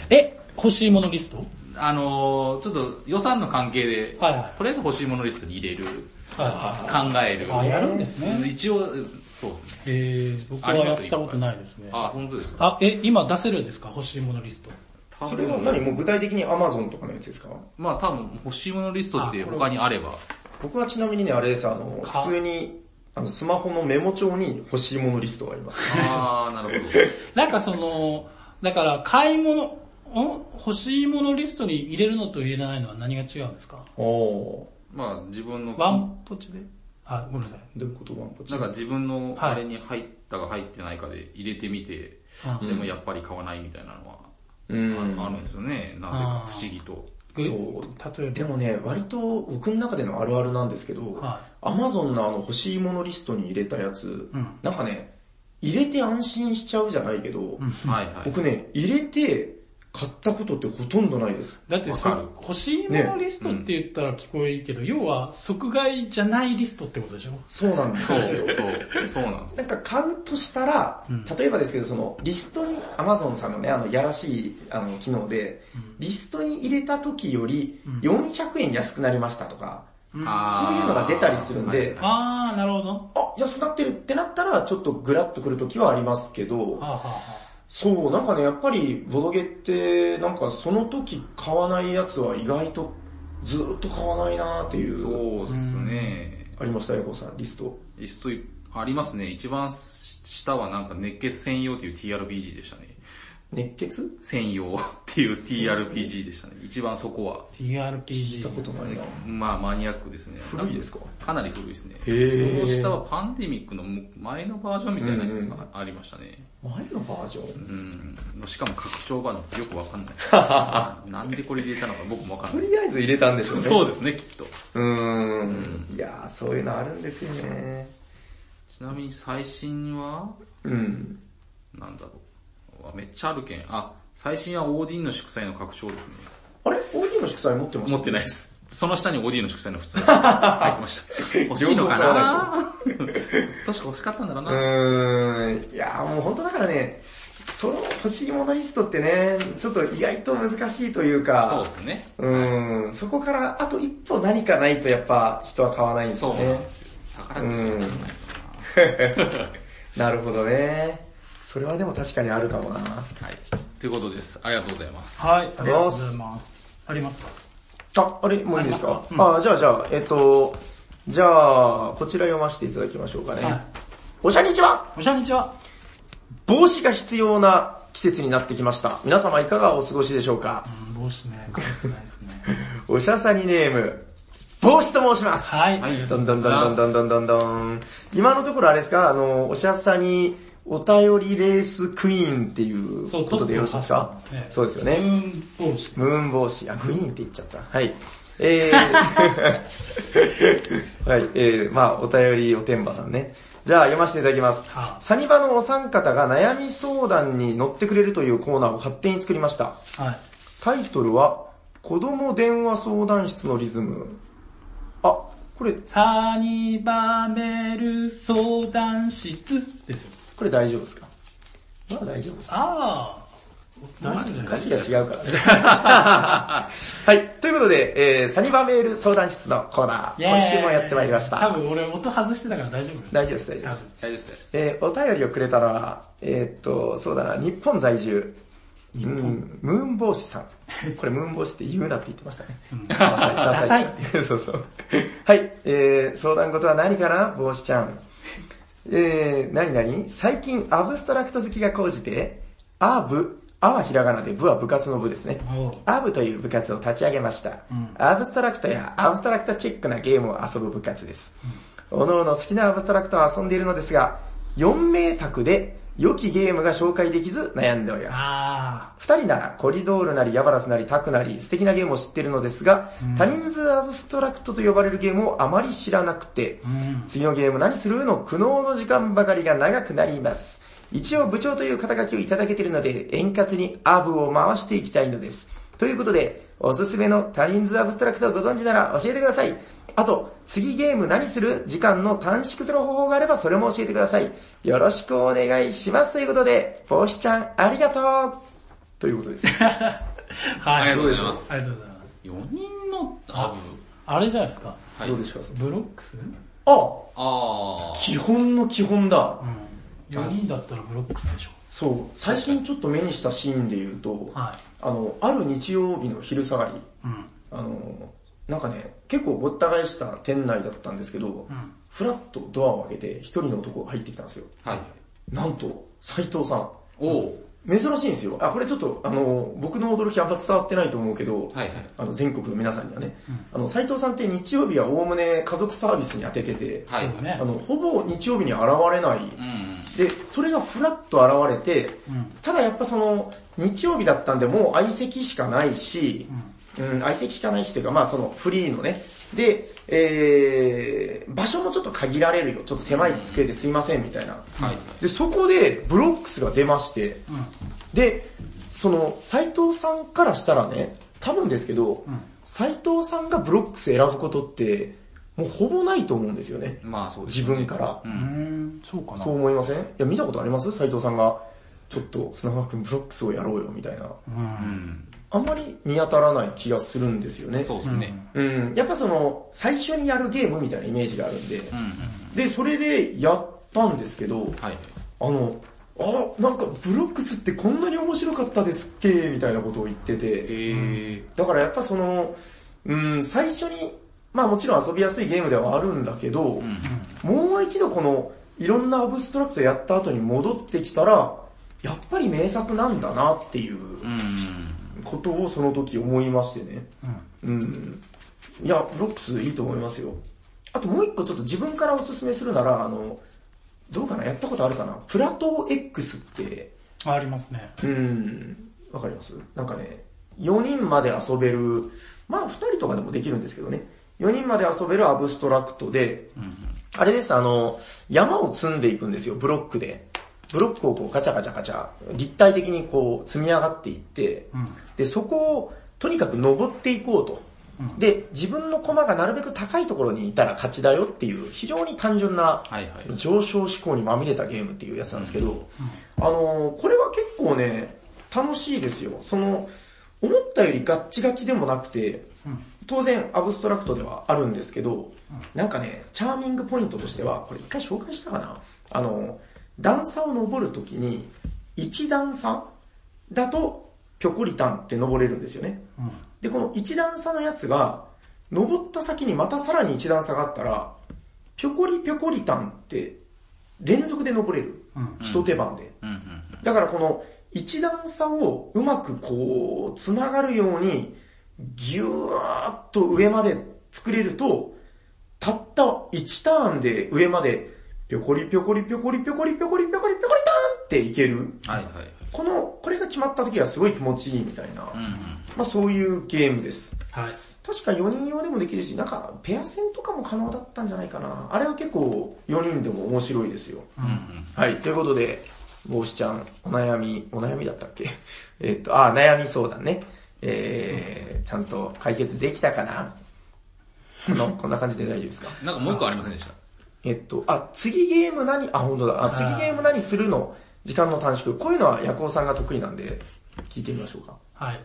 Speaker 1: え、欲しいものリスト
Speaker 3: あのー、ちょっと予算の関係で、
Speaker 1: はいはい
Speaker 3: とりあえず欲しいものリストに入れる、考
Speaker 1: は
Speaker 3: える。
Speaker 1: あ、やるんです
Speaker 3: うん
Speaker 1: ね。
Speaker 3: 一応、そうですね。
Speaker 1: えー、僕はやったことないですね。
Speaker 3: あ、本当ですか。
Speaker 1: あ、え、今出せるんですか欲しいものリスト。
Speaker 3: 多分
Speaker 2: それは何もう具体的に Amazon とかのやつですか
Speaker 3: まあ多分欲しいものリストって他にあれ ば。
Speaker 2: 僕はちなみにね、あれです、あの、
Speaker 1: か
Speaker 2: 普通に、あの、スマホのメモ帳に欲しいものリストがあります。
Speaker 3: あー、なるほど。
Speaker 1: なんかその、だから買い物、お欲しいものリストに入れるのと入れないのは何が違うんですか
Speaker 2: おー。
Speaker 3: まあ自分の、
Speaker 1: ワ
Speaker 3: な
Speaker 1: ンポチであ、ごめんなさい。
Speaker 2: どういうことなん
Speaker 3: んか自分のあれに入ったか入ってないかで入れてみて、
Speaker 1: うん
Speaker 3: でもやっぱり買わないみたいなのは、
Speaker 2: う
Speaker 3: あ
Speaker 2: ん。
Speaker 3: のあるんですよね。なぜか不思議と。
Speaker 2: そう。
Speaker 1: 例えば
Speaker 2: でもね、割と僕の中でのあるあるなんですけど、
Speaker 1: は
Speaker 2: Amazon のあの欲しいものリストに入れたやつ、
Speaker 1: うん
Speaker 2: なんかね、入れて安心しちゃうじゃないけど、
Speaker 3: はいはい。
Speaker 2: 僕ね、入れて買ったことってほとんどないです。
Speaker 1: だって
Speaker 3: わかる
Speaker 1: そ、欲しいものリストって言ったら聞こえいいけど、要は即買いじゃないリストってことでしょ
Speaker 2: そうなんです
Speaker 3: そう、そ
Speaker 2: よ。
Speaker 3: う、そうなんです
Speaker 2: なん
Speaker 3: よ。
Speaker 2: か買うとしたら
Speaker 1: うん、
Speaker 2: 例えばですけど、その、リストに、アマゾンさんのね、あの、やらしい、あの、機能で、リストに入れた時より
Speaker 1: うん
Speaker 2: 400円安くなりましたとか、
Speaker 1: うん
Speaker 3: あー
Speaker 2: そういうのが出たりするんで
Speaker 3: はい
Speaker 1: あー、なるほど。
Speaker 2: あ、安くなってるってなったら、ちょっとグラッとくる時はありますけど
Speaker 1: は、あ、は
Speaker 2: そう、なんかね、やっぱり、ボドゲって、なんかその時買わないやつは意外とずっと買わないなっていう。
Speaker 3: そうですね。
Speaker 2: ありました、エコさん、リスト。
Speaker 3: リストいありますね。一番下はなんか熱血専用っていう TRPG でしたね。
Speaker 2: 熱血
Speaker 3: 専用っていう TRPG でしたね。一番そこは。
Speaker 1: あはあ。
Speaker 2: 聞いたこ
Speaker 1: TRPG。
Speaker 2: とないな。
Speaker 3: まあマニアックですね。
Speaker 2: 古いですか
Speaker 3: かなり古いですね。そ
Speaker 2: へー
Speaker 3: の下はパンデミックの前のバージョンみたいなやつがありましたね。
Speaker 2: 前のバージョン
Speaker 3: うん。しかも拡張版よくわか んない。なんでこれ入れたのか僕もわかん
Speaker 2: と
Speaker 3: ない。
Speaker 2: りあえず入れたんでしょうね。
Speaker 3: そうですね、きっと。
Speaker 2: うーん。いやー、そういうのあるんですよね。
Speaker 3: ちなみに最新は、
Speaker 2: うん。
Speaker 3: なんだろううわ。めっちゃあるけん。あ、最新はオーディンの祝祭の拡張ですね。
Speaker 2: あれ ?OD の祝祭持ってまし
Speaker 3: 持
Speaker 2: た
Speaker 3: ってないです。その下に OD の祝祭の普通に入ってました。欲しいのかな 確か欲しかったんだろう
Speaker 2: う
Speaker 3: な。
Speaker 2: ーん。いやー、もう本当だからね、その欲しいものリストってね、ちょっと意外と難しいという
Speaker 3: そう
Speaker 2: か、
Speaker 3: ですね。
Speaker 2: うーん。そこからあと一歩何かないとやっぱ人は買わないんです
Speaker 3: そ
Speaker 2: よ
Speaker 3: うなん
Speaker 2: ね
Speaker 3: で。すよ。宝くじじゃないですよ
Speaker 2: なるほどね。それはでも確かにあるかもな。
Speaker 3: な。はい。ということです。ありがとうございます。
Speaker 1: はい、ありがとうございます。ありますか
Speaker 2: あ、あれ、もういいですか
Speaker 1: ありますか
Speaker 2: あ、じゃあじゃあ、えっと、じゃあ、こちら読ませていただきましょうかね。
Speaker 1: はい
Speaker 2: おしゃにちは
Speaker 1: おしゃにちは。
Speaker 2: 帽子が必要な季節になってきました。皆様いかがお過ごしでしょうか
Speaker 1: うん帽子ね、かぶってないで すね。
Speaker 2: おしゃさにネーム、帽子と申します。
Speaker 1: はい。
Speaker 3: はい
Speaker 2: どんどんどんどんどんどんどん。今のところあれですか、あの、おしゃさにお便りレースクイーンっていう
Speaker 1: そう
Speaker 2: ことでよろしいですか
Speaker 1: トップの発想ですね
Speaker 2: そうですよ
Speaker 1: ム
Speaker 2: ね。
Speaker 1: ーン帽子。
Speaker 2: ムーン帽子、あ、クイーンって言っちゃった。はい。え ー、はい、えー、まあお便りおてんばさんね。じゃあ読ませていただきます
Speaker 1: はあ。
Speaker 2: サニバのお三方が悩み相談に乗ってくれるというコーナーを勝手に作りました。
Speaker 1: はい。
Speaker 2: タイトルは、子供電話相談室のリズム。あ、これ、
Speaker 1: サニバメル相談室ですよ。
Speaker 2: これ大丈夫ですかまあ大丈夫です。
Speaker 1: ああ。大丈夫じゃないです
Speaker 2: 歌詞が違うからね。 はい。ということで、えー、サニバメール相談室のコーナー、
Speaker 1: イェー
Speaker 2: 今
Speaker 1: イ
Speaker 2: 週もやってまいりました。
Speaker 1: 多分俺音外してたから大丈夫よ。
Speaker 2: 大丈夫です、大丈
Speaker 1: 多分。。
Speaker 2: 夫です
Speaker 3: 大丈夫です大丈夫です。
Speaker 2: えーお便りをくれたのは、えーっと、そうだな、日本在住。うん、ムーン帽子さん。これムーン帽子って言うなって言ってまし たね。ダ
Speaker 1: サい
Speaker 2: って。 そうそう。はい、えー、相談事は何かな帽子ちゃん。えー、何々最近アブストラクト好きが高じて、アブ、アはひらがなで、ブは部活の部ですね
Speaker 1: おう。
Speaker 2: アブという部活を立ち上げました。
Speaker 1: うん
Speaker 2: アブストラクトやアブストラクトチェックなゲームを遊ぶ部活です。おのおの好きなアブストラクトを遊んでいるのですが、4名卓で良きゲームが紹介できず悩んでおります。
Speaker 1: あ
Speaker 2: 2人ならコリドールなりヤバラスなりタクなり素敵なゲームを知っているのですが、他人数アブストラクトと呼ばれるゲームをあまり知らなくて
Speaker 1: あ。う、ん。
Speaker 2: 次のゲーム何するの苦悩の時間ばかりが長くなります。一応部長という肩書きをいただけているので、円滑にアブを回していきたいのです。ということで、おすすめの他人数アブストラクトをご存知なら教えてください。あと、次ゲーム何する時間の短縮する方法があればそれも教えてください。よろしくお願いします。ということで、帽子ちゃんありがとうということです。
Speaker 1: はい。
Speaker 3: ありがとうございます
Speaker 1: ありがとうございます。
Speaker 3: 4人のアブ。
Speaker 1: あれじゃないですか。
Speaker 3: はい。
Speaker 2: どうでしょう
Speaker 1: ブロックス
Speaker 2: あ、
Speaker 3: あー。
Speaker 2: 基本の基本だ
Speaker 1: う。ん。4人だったらブロックスでしょ。
Speaker 2: そう、最近ちょっと目にしたシーンで言うと、
Speaker 1: は
Speaker 2: あの、ある日曜日の昼下がり、
Speaker 1: い。うん。
Speaker 2: あの、なんかね、結構ごった返した店内だったんですけど、
Speaker 1: うん。
Speaker 2: ふらっとドアを開けて一人の男が入ってきたんですよ。
Speaker 3: はい。
Speaker 2: なんと、斎藤さん。
Speaker 3: おう。
Speaker 2: 珍しいんですよ。あ、これちょっと、あの、僕の驚きあんま伝わってないと思うけど、
Speaker 3: はいはい。
Speaker 2: あの、全国の皆さんにはね、あの、斎藤さんって日曜日はおおむね家族サービスに当ててて、
Speaker 3: はい
Speaker 1: そ
Speaker 3: は
Speaker 1: う
Speaker 3: い。
Speaker 1: ね
Speaker 2: あの、ほぼ日曜日に現れない、
Speaker 3: うん。
Speaker 2: で、それがふらっと現れて、
Speaker 1: うん。
Speaker 2: ただやっぱその、日曜日だったんでもう相席しかないし、
Speaker 1: うん。
Speaker 2: うん、相席しかないしというか、まあそのフリーのね。で、えー、場所もちょっと限られるよ。ちょっと狭い机ですいません、みたいな。
Speaker 3: はい。
Speaker 2: で、そこでブロックスが出まして、
Speaker 1: うん。
Speaker 2: で、その、斎藤さんからしたらね、多分ですけど
Speaker 1: うん、
Speaker 2: 斎、藤さんがブロックス選ぶことって、もうほぼないと思うんですよね。
Speaker 3: まあそうです
Speaker 2: 自
Speaker 3: ね
Speaker 2: 分から
Speaker 1: う
Speaker 3: う。。
Speaker 1: んん、そうかな。
Speaker 2: そう思いませんいや、見たことあります斎藤さんが、ちょっと砂川くんブロックスをやろうよ、みたいな。
Speaker 1: う。
Speaker 3: うんん。
Speaker 2: あんまり見当たらない気がするんですよね。
Speaker 3: そうで
Speaker 1: う
Speaker 3: す
Speaker 1: ん。
Speaker 3: ね。
Speaker 2: うん、やっぱその、最初にやるゲームみたいなイメージがあるんで、
Speaker 3: うん。
Speaker 2: で、それでやったんですけど、
Speaker 3: はい。
Speaker 2: あの、あ、なんかブロックスってこんなに面白かったですっけみたいなことを言ってて、
Speaker 3: え
Speaker 2: だからやっぱその、うん、最初に、まあもちろん遊びやすいゲームではあるんだけど
Speaker 3: ー。う、ん。
Speaker 2: もう一度この、いろんなアブストラクトやった後に戻ってきたら、やっぱり名作なんだなっていう
Speaker 3: うん。
Speaker 2: ことをその時思いましてね。
Speaker 1: うん。
Speaker 2: うん。いや、ブロックスいいと思いますよ。あともう一個ちょっと自分からおすすめするなら、あの、どうかなやったことあるかなプラトー X って、
Speaker 1: ありますね。
Speaker 2: うん、わかりますなんかね、4人まで遊べる、まあ2人とかでもできるんですけどね、4人まで遊べるアブストラクトで、あれです、あの、山を積んでいくんですよ、ブロックで。ブロックをこうガチャガチャガチャ、立体的にこう積み上がっていって、
Speaker 1: うん。
Speaker 2: で、そこをとにかく登っていこうと。
Speaker 1: うん
Speaker 2: で、自分の駒がなるべく高いところにいたら勝ちだよっていう、非常に単純な
Speaker 3: はいはい。
Speaker 2: 上昇志向にまみれたゲームっていうやつなんですけど、あのーこれは結構ね、楽しいですよ。その、思ったよりガッチガチでもなくて、
Speaker 1: うん。
Speaker 2: 当然アブストラクトではあるんですけど、なんかね、チャーミングポイントとしては、これ一回紹介したかなあの、段差を登るときに、1段差だと、ピョコリタンって登れるんですよね。
Speaker 1: うん。
Speaker 2: で、この一段差のやつが、登った先にまたさらに一段差があったら、ぴょこりぴょこりタンって、連続で登れる。
Speaker 1: うん。
Speaker 2: 一手番で。
Speaker 3: うんうん。
Speaker 2: だからこの一段差をうまくこう、つながるように、ぎゅーっと上まで作れると、たった1ターンで上まで、ぴょこりぴょこりぴょこりぴょこりぴょこりぴょこりぴょこりターンっていける。
Speaker 3: はいはい。
Speaker 2: この、これが決まった時はすごい気持ちいいみたいな。
Speaker 3: うんうん。
Speaker 2: まあそういうゲームです。
Speaker 1: はい。
Speaker 2: 確か4人用でもできるし、なんかペア戦とかも可能だったんじゃないかな。あれは結構4人でも面白いですよ。
Speaker 1: う
Speaker 3: うん
Speaker 1: ん。
Speaker 2: はい、ということで、帽子ちゃん、お悩み、お悩みだったっけ えっと、あ、悩み相談ね。えー、ちゃんと解決できたかなあの、こんな感じで大丈夫ですか
Speaker 3: うん。なんかもう一個ありませんでした。
Speaker 2: えっと、あ、次ゲーム何、あ、本当だ。あ、次ゲーム何するの時間の短縮。こういうのはヤコウさんが得意なんで、聞いてみましょうか。
Speaker 1: はい。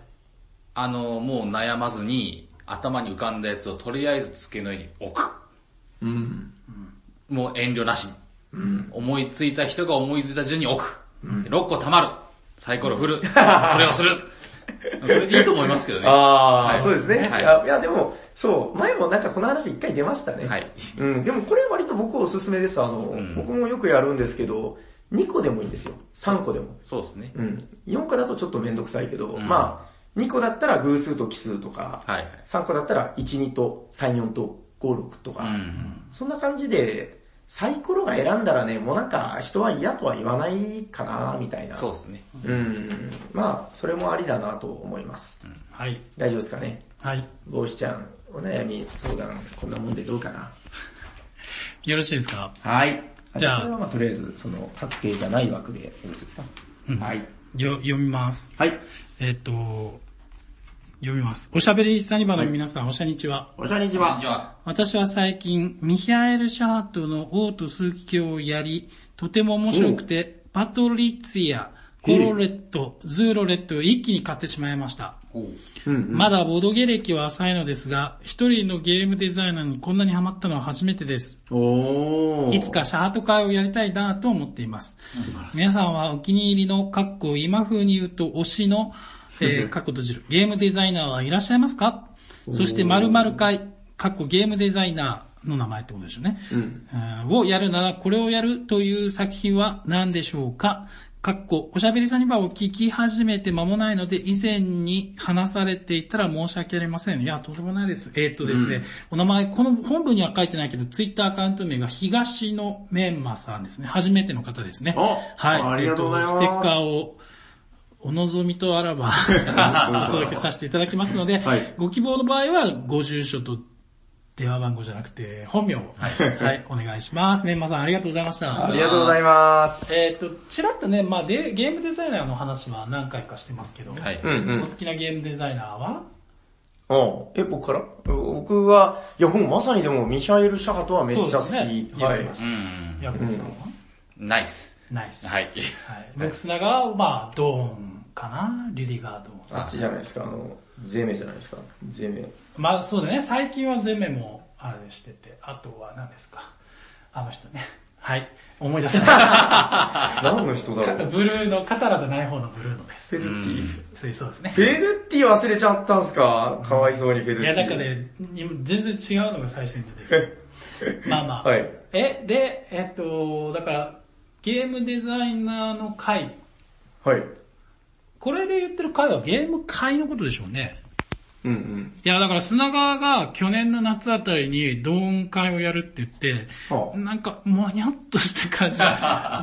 Speaker 3: あの、もう悩まずに、頭に浮かんだやつをとりあえず机の上に置く。
Speaker 2: うん。
Speaker 3: もう遠慮なしに。
Speaker 2: うん。
Speaker 3: 思いついた人が思いついた順に置く。6個溜まる。サイコロ 振る。それをする。それでいいと思いますけどね。は
Speaker 2: あー、
Speaker 3: はい
Speaker 2: そうですね、
Speaker 3: はい
Speaker 2: いや。いやでも、そう、前もなんかこの話一回出ましたね。
Speaker 3: い。
Speaker 2: うん、でもこれ割と僕おすすめです。あの、
Speaker 3: ん
Speaker 2: 僕もよくやるんですけど、2個でもいいんですよ。3個でも。
Speaker 3: そうですね。
Speaker 2: うん。4個だとちょっとめんどくさいけど、
Speaker 3: ん
Speaker 2: まあ、2個だったら偶数と奇数とか、
Speaker 3: はいはい。
Speaker 2: 3個だったら1、2と3、4と5、6と
Speaker 3: う
Speaker 2: か、
Speaker 3: ん。
Speaker 2: そんな感じで、サイコロが選んだらね、もうなんか人は嫌とは言わないかな、みたいな。
Speaker 3: そうですね。
Speaker 2: うん。まあ、それもありだなと思います。
Speaker 1: はい。
Speaker 2: 大丈夫ですかね。
Speaker 1: はい。
Speaker 2: 帽子ちゃん、お悩み相談、こんなもんでどうかな。
Speaker 1: よろしいですか
Speaker 2: はい。
Speaker 1: じゃあ
Speaker 2: これはまあとりあえず、その、確定じゃない枠でよろしいですか。はい。
Speaker 1: よ、読みます。
Speaker 2: はい。
Speaker 1: えっと、読みます。おしゃべりサニバの皆さん、おしゃにちは。
Speaker 2: おしゃにち
Speaker 3: じゃ
Speaker 2: は。
Speaker 3: あ、
Speaker 1: 私は最近、ミヒャエル・シャートの王と数奇卿をやり、とても面白くて、パトリツィア、コロレット、ズーロレットを一気に買ってしまいました。
Speaker 3: おう
Speaker 2: うんうん。
Speaker 1: まだボードゲ歴は浅いのですが、一人のゲームデザイナーにこんなにハマったのは初めてです。
Speaker 2: おー
Speaker 1: いつか。シャート会をやりたいなと思っています。皆さんはお気に入りの、かっこ今風に言うと推し の、えー、かっこ閉じる、ゲームデザイナーはいらっしゃいますかそして〇〇会、かっこゲームデザイナーの名前ってことでしょうね。
Speaker 2: うん。
Speaker 1: うんをやるならこれをやるという作品は何でしょうかかっこ、おしゃべりサニバを聞き始めて間もないので、以前に話されていたら申し訳ありません。いや、とんでもないです。えーっとですね、お名前、この本文には書いてないけど、ツイッターアカウント名が東のメンマさんですね。初めての方ですね。
Speaker 2: あ
Speaker 1: はい。
Speaker 2: ありがとうございます
Speaker 1: えーっと、ステッカーをお望みとあら ばお届けさせていただきますので、
Speaker 4: はい
Speaker 1: ご希望の場合はご住所と電話番号じゃなくて本名を、 はい、はいお願いします。メンマさんありがとうございました。
Speaker 2: ありがとうございます。
Speaker 1: えっ、と、ちらっとね、まあで、ゲームデザイナーの話は何回かしてますけど、
Speaker 3: はい。
Speaker 2: うんうん
Speaker 1: お好。きなゲームデザイナーは
Speaker 2: うん。え、僕から僕は、いや、僕まさにでも、ミハイル・シャハトはめっちゃ好き。
Speaker 1: そうですね
Speaker 2: は
Speaker 1: やり
Speaker 2: い
Speaker 1: ま。し
Speaker 3: うん。
Speaker 1: ヤコブさんは、
Speaker 3: ナイス。
Speaker 1: ナイス。
Speaker 3: はい。
Speaker 1: はい。僕、砂川は、まあ、ドーンかなリュディガードーン。
Speaker 2: あっちじゃないですか、あの、ゼメじゃないですか。ゼメ。
Speaker 1: まあ、そうだね。最近はゼメも、あれしてて、あとは何ですか。あの人ね。はい。思い出せな
Speaker 2: 何の人だろ
Speaker 1: い。
Speaker 2: う。
Speaker 1: ブルーの、カタラじゃない方のブルーのです。
Speaker 2: フェルティ。フ
Speaker 1: そうそうですね。
Speaker 2: ェルティ忘れちゃったんすかかわいそうにフェルティ。
Speaker 1: いや、なんかね、今全然違うのが最初に出てくる。 まあまあ。
Speaker 2: はい
Speaker 1: え、で、えっと、だから、ゲームデザイナーの会。
Speaker 2: はい。
Speaker 1: これで言ってる会はゲーム会のことでしょうね。
Speaker 2: うんうん。
Speaker 1: いや、だから砂川が去年の夏あたりに同音会をやるって言って、
Speaker 2: はあ
Speaker 1: なんか、もにょっとした感 じ。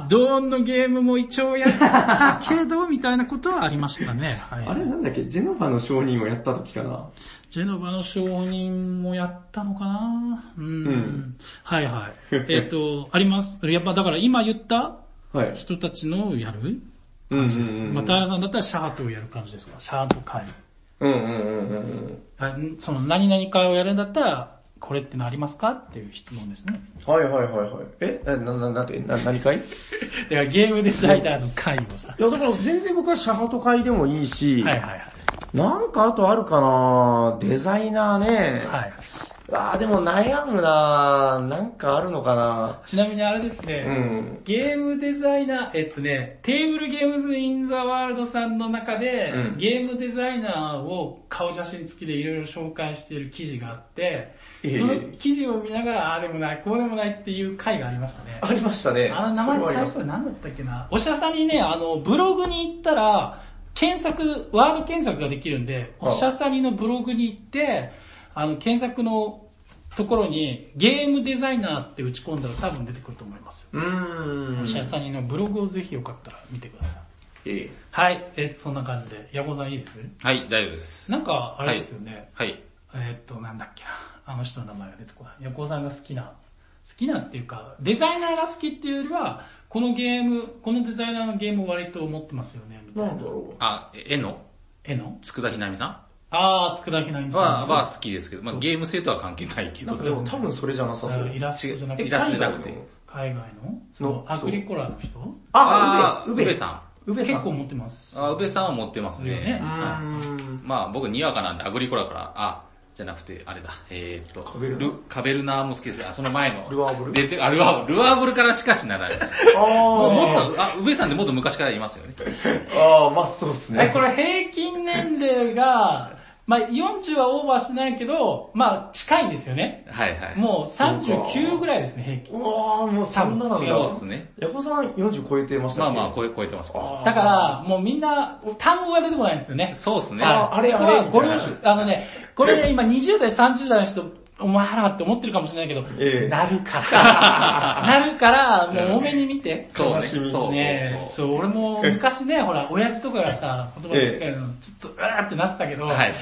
Speaker 1: 同音のゲームも一応やったけど、みたいなことはありましたね。はい、
Speaker 2: あれなんだっけジェノファの商人をやった時かな
Speaker 1: ジェノバの承認もやったのかなうん,、
Speaker 2: ん
Speaker 1: はいはい。えっ、と、 あります。やっぱだから今言った
Speaker 2: はい。
Speaker 1: 人たちのをやる
Speaker 2: うんうんうん。
Speaker 1: また、平さんだったらシャートをやる感じですかシャート会。
Speaker 2: うんうんうんうんうん。
Speaker 1: あんその何々会をやるんだったら、これってのありますかっていう質問 ですね。
Speaker 2: はいはいはいはい。えな、な、な、なんて、な、何回
Speaker 1: だからゲームデザイナーの会をさ。はい
Speaker 2: やだから全然僕はシャハト会でもいいし、
Speaker 1: いはいはい。
Speaker 2: なんかあとあるかなデザイナーね。
Speaker 1: はい。
Speaker 2: あーでも悩むななんかあるのかな
Speaker 1: ちなみにあれですね、
Speaker 2: うん。
Speaker 1: ゲームデザイナー、えっとね、テーブルゲームズインザワールドさんの中で、
Speaker 2: うん
Speaker 1: ゲームデザイナーを顔写真付きでいろいろ紹介している記事があって、
Speaker 2: ええ
Speaker 1: その記事を見ながら、ああでもない、こうでもないっていう回がありましたね。
Speaker 2: ありましたね。
Speaker 1: あの名
Speaker 2: そ
Speaker 1: 前
Speaker 2: れは
Speaker 1: の
Speaker 2: あり
Speaker 1: タ
Speaker 2: ま
Speaker 1: イ
Speaker 2: し
Speaker 1: ト
Speaker 2: た
Speaker 1: ル何だったっけな。おしゃさんにね、あの、ブログに行ったら、検索、ワード検索ができるんで、
Speaker 2: はい
Speaker 1: おしゃさんのブログに行って、あの、検索のところに、ゲームデザイナーって打ち込んだら多分出てくると思います。
Speaker 2: うーん。
Speaker 1: おしゃさんのブログをぜひよかったら見てください。
Speaker 2: え
Speaker 1: はい、えーそんな感じで。ヤコさんいいです
Speaker 3: はい、大丈夫です。
Speaker 1: なんか、あれですよね。
Speaker 3: はい。
Speaker 1: えーっと、なんだっけな。あの人の名前が出てこない。ヤコさんが好きな、好きなっていうか、デザイナーが好きっていうよりは、このゲーム、このデザイナーのゲームを割と持ってますよね、み
Speaker 2: え
Speaker 1: たい
Speaker 2: なん
Speaker 1: な
Speaker 2: だ。ろ
Speaker 3: あ、え絵の
Speaker 1: 絵の
Speaker 3: 佃ひなみさ
Speaker 1: あー、つくだひなみ
Speaker 3: ん
Speaker 1: さん。
Speaker 3: は、は好きですけど、まあゲーム性とは関係ないけ
Speaker 2: う。
Speaker 3: ど
Speaker 2: なん。かでも多分それじゃなさ
Speaker 1: だ
Speaker 2: そ
Speaker 1: か
Speaker 2: う
Speaker 1: ら。イラストじゃなく
Speaker 3: 違
Speaker 1: て、
Speaker 3: うイラストじゃなく
Speaker 1: 海
Speaker 3: て
Speaker 1: 外のその
Speaker 2: の
Speaker 1: アグリコラの人
Speaker 2: あ、うべ、う
Speaker 3: うべ
Speaker 2: べ
Speaker 3: さ
Speaker 2: ん。
Speaker 3: ん。
Speaker 2: うべさん。
Speaker 1: 結構持ってます。
Speaker 3: あ、宇部さんは持ってますね。
Speaker 1: そうよね
Speaker 2: う
Speaker 3: はい
Speaker 2: ーん。
Speaker 3: まあ僕にわかなんでアグリコラから、あ、じゃなくて、あれだ、えー、っと、
Speaker 2: カベルナ
Speaker 3: ルカベルナーも好きですけどあ、その前の。
Speaker 2: ルアーブル
Speaker 3: 出てあ、ルアーブル。ルアーブルからしかしならないです。もうも
Speaker 2: あ
Speaker 3: っと、あ、上さんでもっと昔からいますよね。
Speaker 2: ー、あー、まあそうっす
Speaker 1: え、
Speaker 2: ね
Speaker 1: こ。れ平均年齢が、まあ40はオーバーしてないけど、まあ近いんですよね。
Speaker 3: はいはい。
Speaker 1: もう
Speaker 2: そう
Speaker 1: 39
Speaker 2: か
Speaker 1: ぐらいですね、平均。
Speaker 2: うわー、もうそんなの
Speaker 3: そう
Speaker 2: じゃん
Speaker 3: ですね。
Speaker 2: ヤコさん40超えてました
Speaker 3: ま
Speaker 2: っ
Speaker 3: あ
Speaker 2: け
Speaker 3: まあ超え超えてます。
Speaker 2: あー
Speaker 1: だから、もうみんな、単語が出てこないんですよね。
Speaker 3: そうですね。
Speaker 1: はい
Speaker 2: ああれ
Speaker 1: そこは
Speaker 2: あれ
Speaker 1: ご了承あのね、これね、今20代、30代の人、お前らって思ってるかもしれないけど、
Speaker 2: ええ
Speaker 1: なる から。なるから、もう多めに見て。
Speaker 3: そうね。
Speaker 2: 悲しみ
Speaker 3: そう
Speaker 1: ねえ
Speaker 3: そうそ
Speaker 1: そう、俺も昔 ね、ほら、親父とかがさ、言葉で使うの、ちょっと、うわーってなってたけど、
Speaker 3: う。はいはいはい。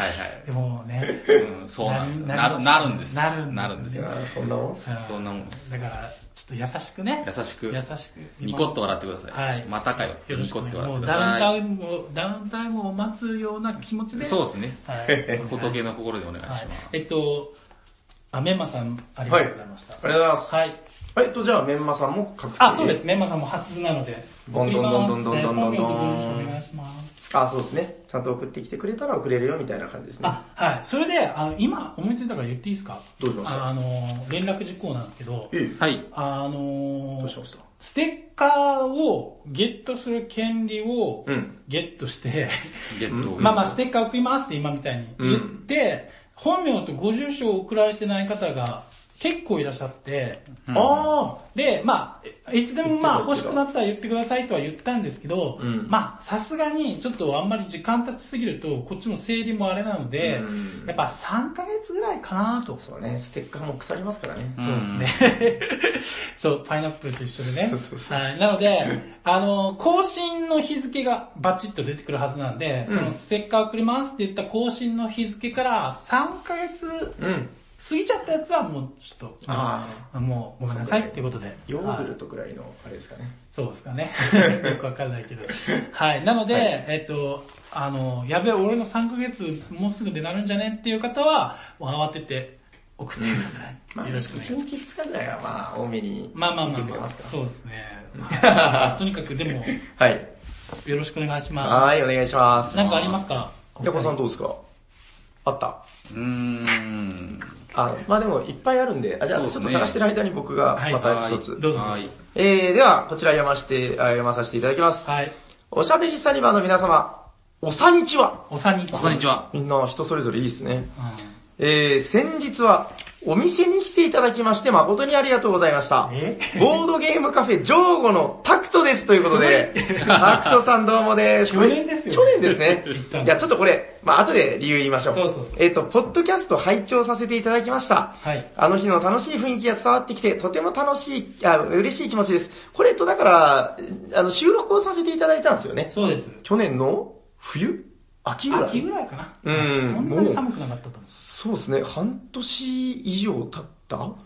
Speaker 1: でもね、
Speaker 3: うん、そうなんですよ。なる、なるんです。
Speaker 1: なるんです
Speaker 3: なるんです
Speaker 2: い。やーそんなもんっす
Speaker 1: う
Speaker 3: そんなもんです。
Speaker 1: だから、ちょっと優しくね。
Speaker 3: 優しく。
Speaker 1: 優しく。
Speaker 3: ニコッと笑ってください。
Speaker 1: はい
Speaker 3: またかよ。
Speaker 1: よろ
Speaker 3: ニ
Speaker 1: しく
Speaker 3: コ
Speaker 1: お願
Speaker 3: ッ
Speaker 1: い
Speaker 3: と
Speaker 1: し
Speaker 3: 笑
Speaker 1: ま
Speaker 3: って
Speaker 1: す。
Speaker 3: くだ
Speaker 1: ダウンタウンを、
Speaker 3: さ
Speaker 1: ダウンタイムを待つような気持ち
Speaker 3: い。
Speaker 1: で。
Speaker 3: そうですね。
Speaker 1: はい。
Speaker 3: 仏の心でお願いしま
Speaker 1: は
Speaker 3: す
Speaker 1: い。。えっと、あ、メンマさん、ありがとうございました。
Speaker 2: ありがとうございます。
Speaker 1: はい。
Speaker 2: えっと、じゃあ、メンマさんも確定
Speaker 1: あ、そうです。メンマさんも初なので。
Speaker 2: どんどんどんどんどんどんどんどん
Speaker 1: 送りますね本名と文章お願いします。
Speaker 2: あ、そうですね。ちゃんと送ってきてくれたら送れるよみたいな感じですね。
Speaker 1: あ、はい。それで、あの、今、思いついたから言っていいですか
Speaker 2: どうしました
Speaker 1: あの、連絡事項なんですけど、
Speaker 2: ええ
Speaker 3: はい。
Speaker 1: あの
Speaker 2: どうしました
Speaker 1: ステッカーをゲットする権利を
Speaker 2: うん
Speaker 1: ゲットして、
Speaker 3: ゲット。
Speaker 1: まあまあステッカー送りますって今みたいに言って、本名とご住所を送られてない方が結構いらっしゃって、
Speaker 3: うん
Speaker 2: あ
Speaker 1: で、まあ、いつでもまあ
Speaker 2: 言
Speaker 1: 欲
Speaker 2: って
Speaker 1: したくなったら言ってくださいとは言ったんですけど、
Speaker 2: うん
Speaker 1: まあさすがにちょっとあんまり時間経ちすぎるとこっちも整理もあれなので、
Speaker 2: うん
Speaker 1: やっぱ3ヶ月ぐらいかなと。
Speaker 2: あそうね、ステッカーも腐りますからね。
Speaker 1: そうですね。そう、パイナップルと一緒でね。
Speaker 2: そうそうそ
Speaker 1: はい。なので、あの、更新の日付がバチッと出てくるはずなんで、
Speaker 2: うん
Speaker 1: そのステッカー送りますって言った更新の日付から3ヶ月
Speaker 2: うん。
Speaker 1: 過ぎちゃったやつはもうちょっと、
Speaker 2: あ
Speaker 1: もうごめんなさいっていうことで。
Speaker 2: ヨーグ
Speaker 1: はい
Speaker 2: ルトくらいの、あれですかね。
Speaker 1: そうですかね。 よくわかんないけど。はい。なので、
Speaker 2: はい
Speaker 1: えっと、あの、やべえ、俺の3ヶ月もうすぐでなるんじゃねっていう方は、慌てて送ってください。
Speaker 2: まあ、
Speaker 1: よろ
Speaker 2: 1
Speaker 1: しくお願いします。
Speaker 2: 日2日ぐらいはまあ、多めに
Speaker 1: まあまあ
Speaker 2: 見
Speaker 1: ま
Speaker 2: て
Speaker 1: あ
Speaker 2: く
Speaker 1: ま
Speaker 2: れ
Speaker 1: あ、
Speaker 2: ますか。
Speaker 1: そうですね。 はいとにかくでも、
Speaker 2: はい。
Speaker 1: よろしくお願いしま。
Speaker 2: はい、お願いしますす。
Speaker 1: なんかありますか
Speaker 2: ヤコさんどうですかあった
Speaker 3: うーん。
Speaker 2: あ、まあでもいっぱいあるんで、あ、じゃあ
Speaker 3: そうで
Speaker 2: ち
Speaker 3: す
Speaker 2: ょっ
Speaker 3: ね
Speaker 2: と探してる間に僕が
Speaker 1: はい
Speaker 2: また一つ。
Speaker 1: どうぞ
Speaker 3: はい。
Speaker 2: えー、では、こちら読まして、あ読まさせていただきます。
Speaker 1: はい。
Speaker 2: おしゃべりサニバーの皆様、おさにちは
Speaker 1: おさに
Speaker 3: こんにちは。
Speaker 2: みんな人それぞれいいですね。
Speaker 1: うん
Speaker 2: えー、先日は、お店に来ていただきまして誠にありがとうございました。
Speaker 1: え
Speaker 2: ボードゲームカフェ、ジョーゴのタクトですというこ とで、タクトさんどうもです。
Speaker 1: 去年ですよ
Speaker 2: 去年で すね
Speaker 1: 言った。の
Speaker 2: いや、ちょっとこれ、まあ後で理由言いましょう。
Speaker 1: そうそうそう
Speaker 2: えっ、と、ポッドキャスト拝聴させていただきました。
Speaker 1: はい
Speaker 2: あの日の楽しい雰囲気が伝わってきて、とても楽しい、あ、嬉しい気持ちです。これとだから、あの、収録をさせていただいたんですよね。
Speaker 1: そうです。
Speaker 2: 去年の冬秋ぐらい
Speaker 1: 秋ぐらいかな。
Speaker 2: うん
Speaker 1: そんなに寒くなかったと思
Speaker 2: そうですね、半年以上経った
Speaker 1: う。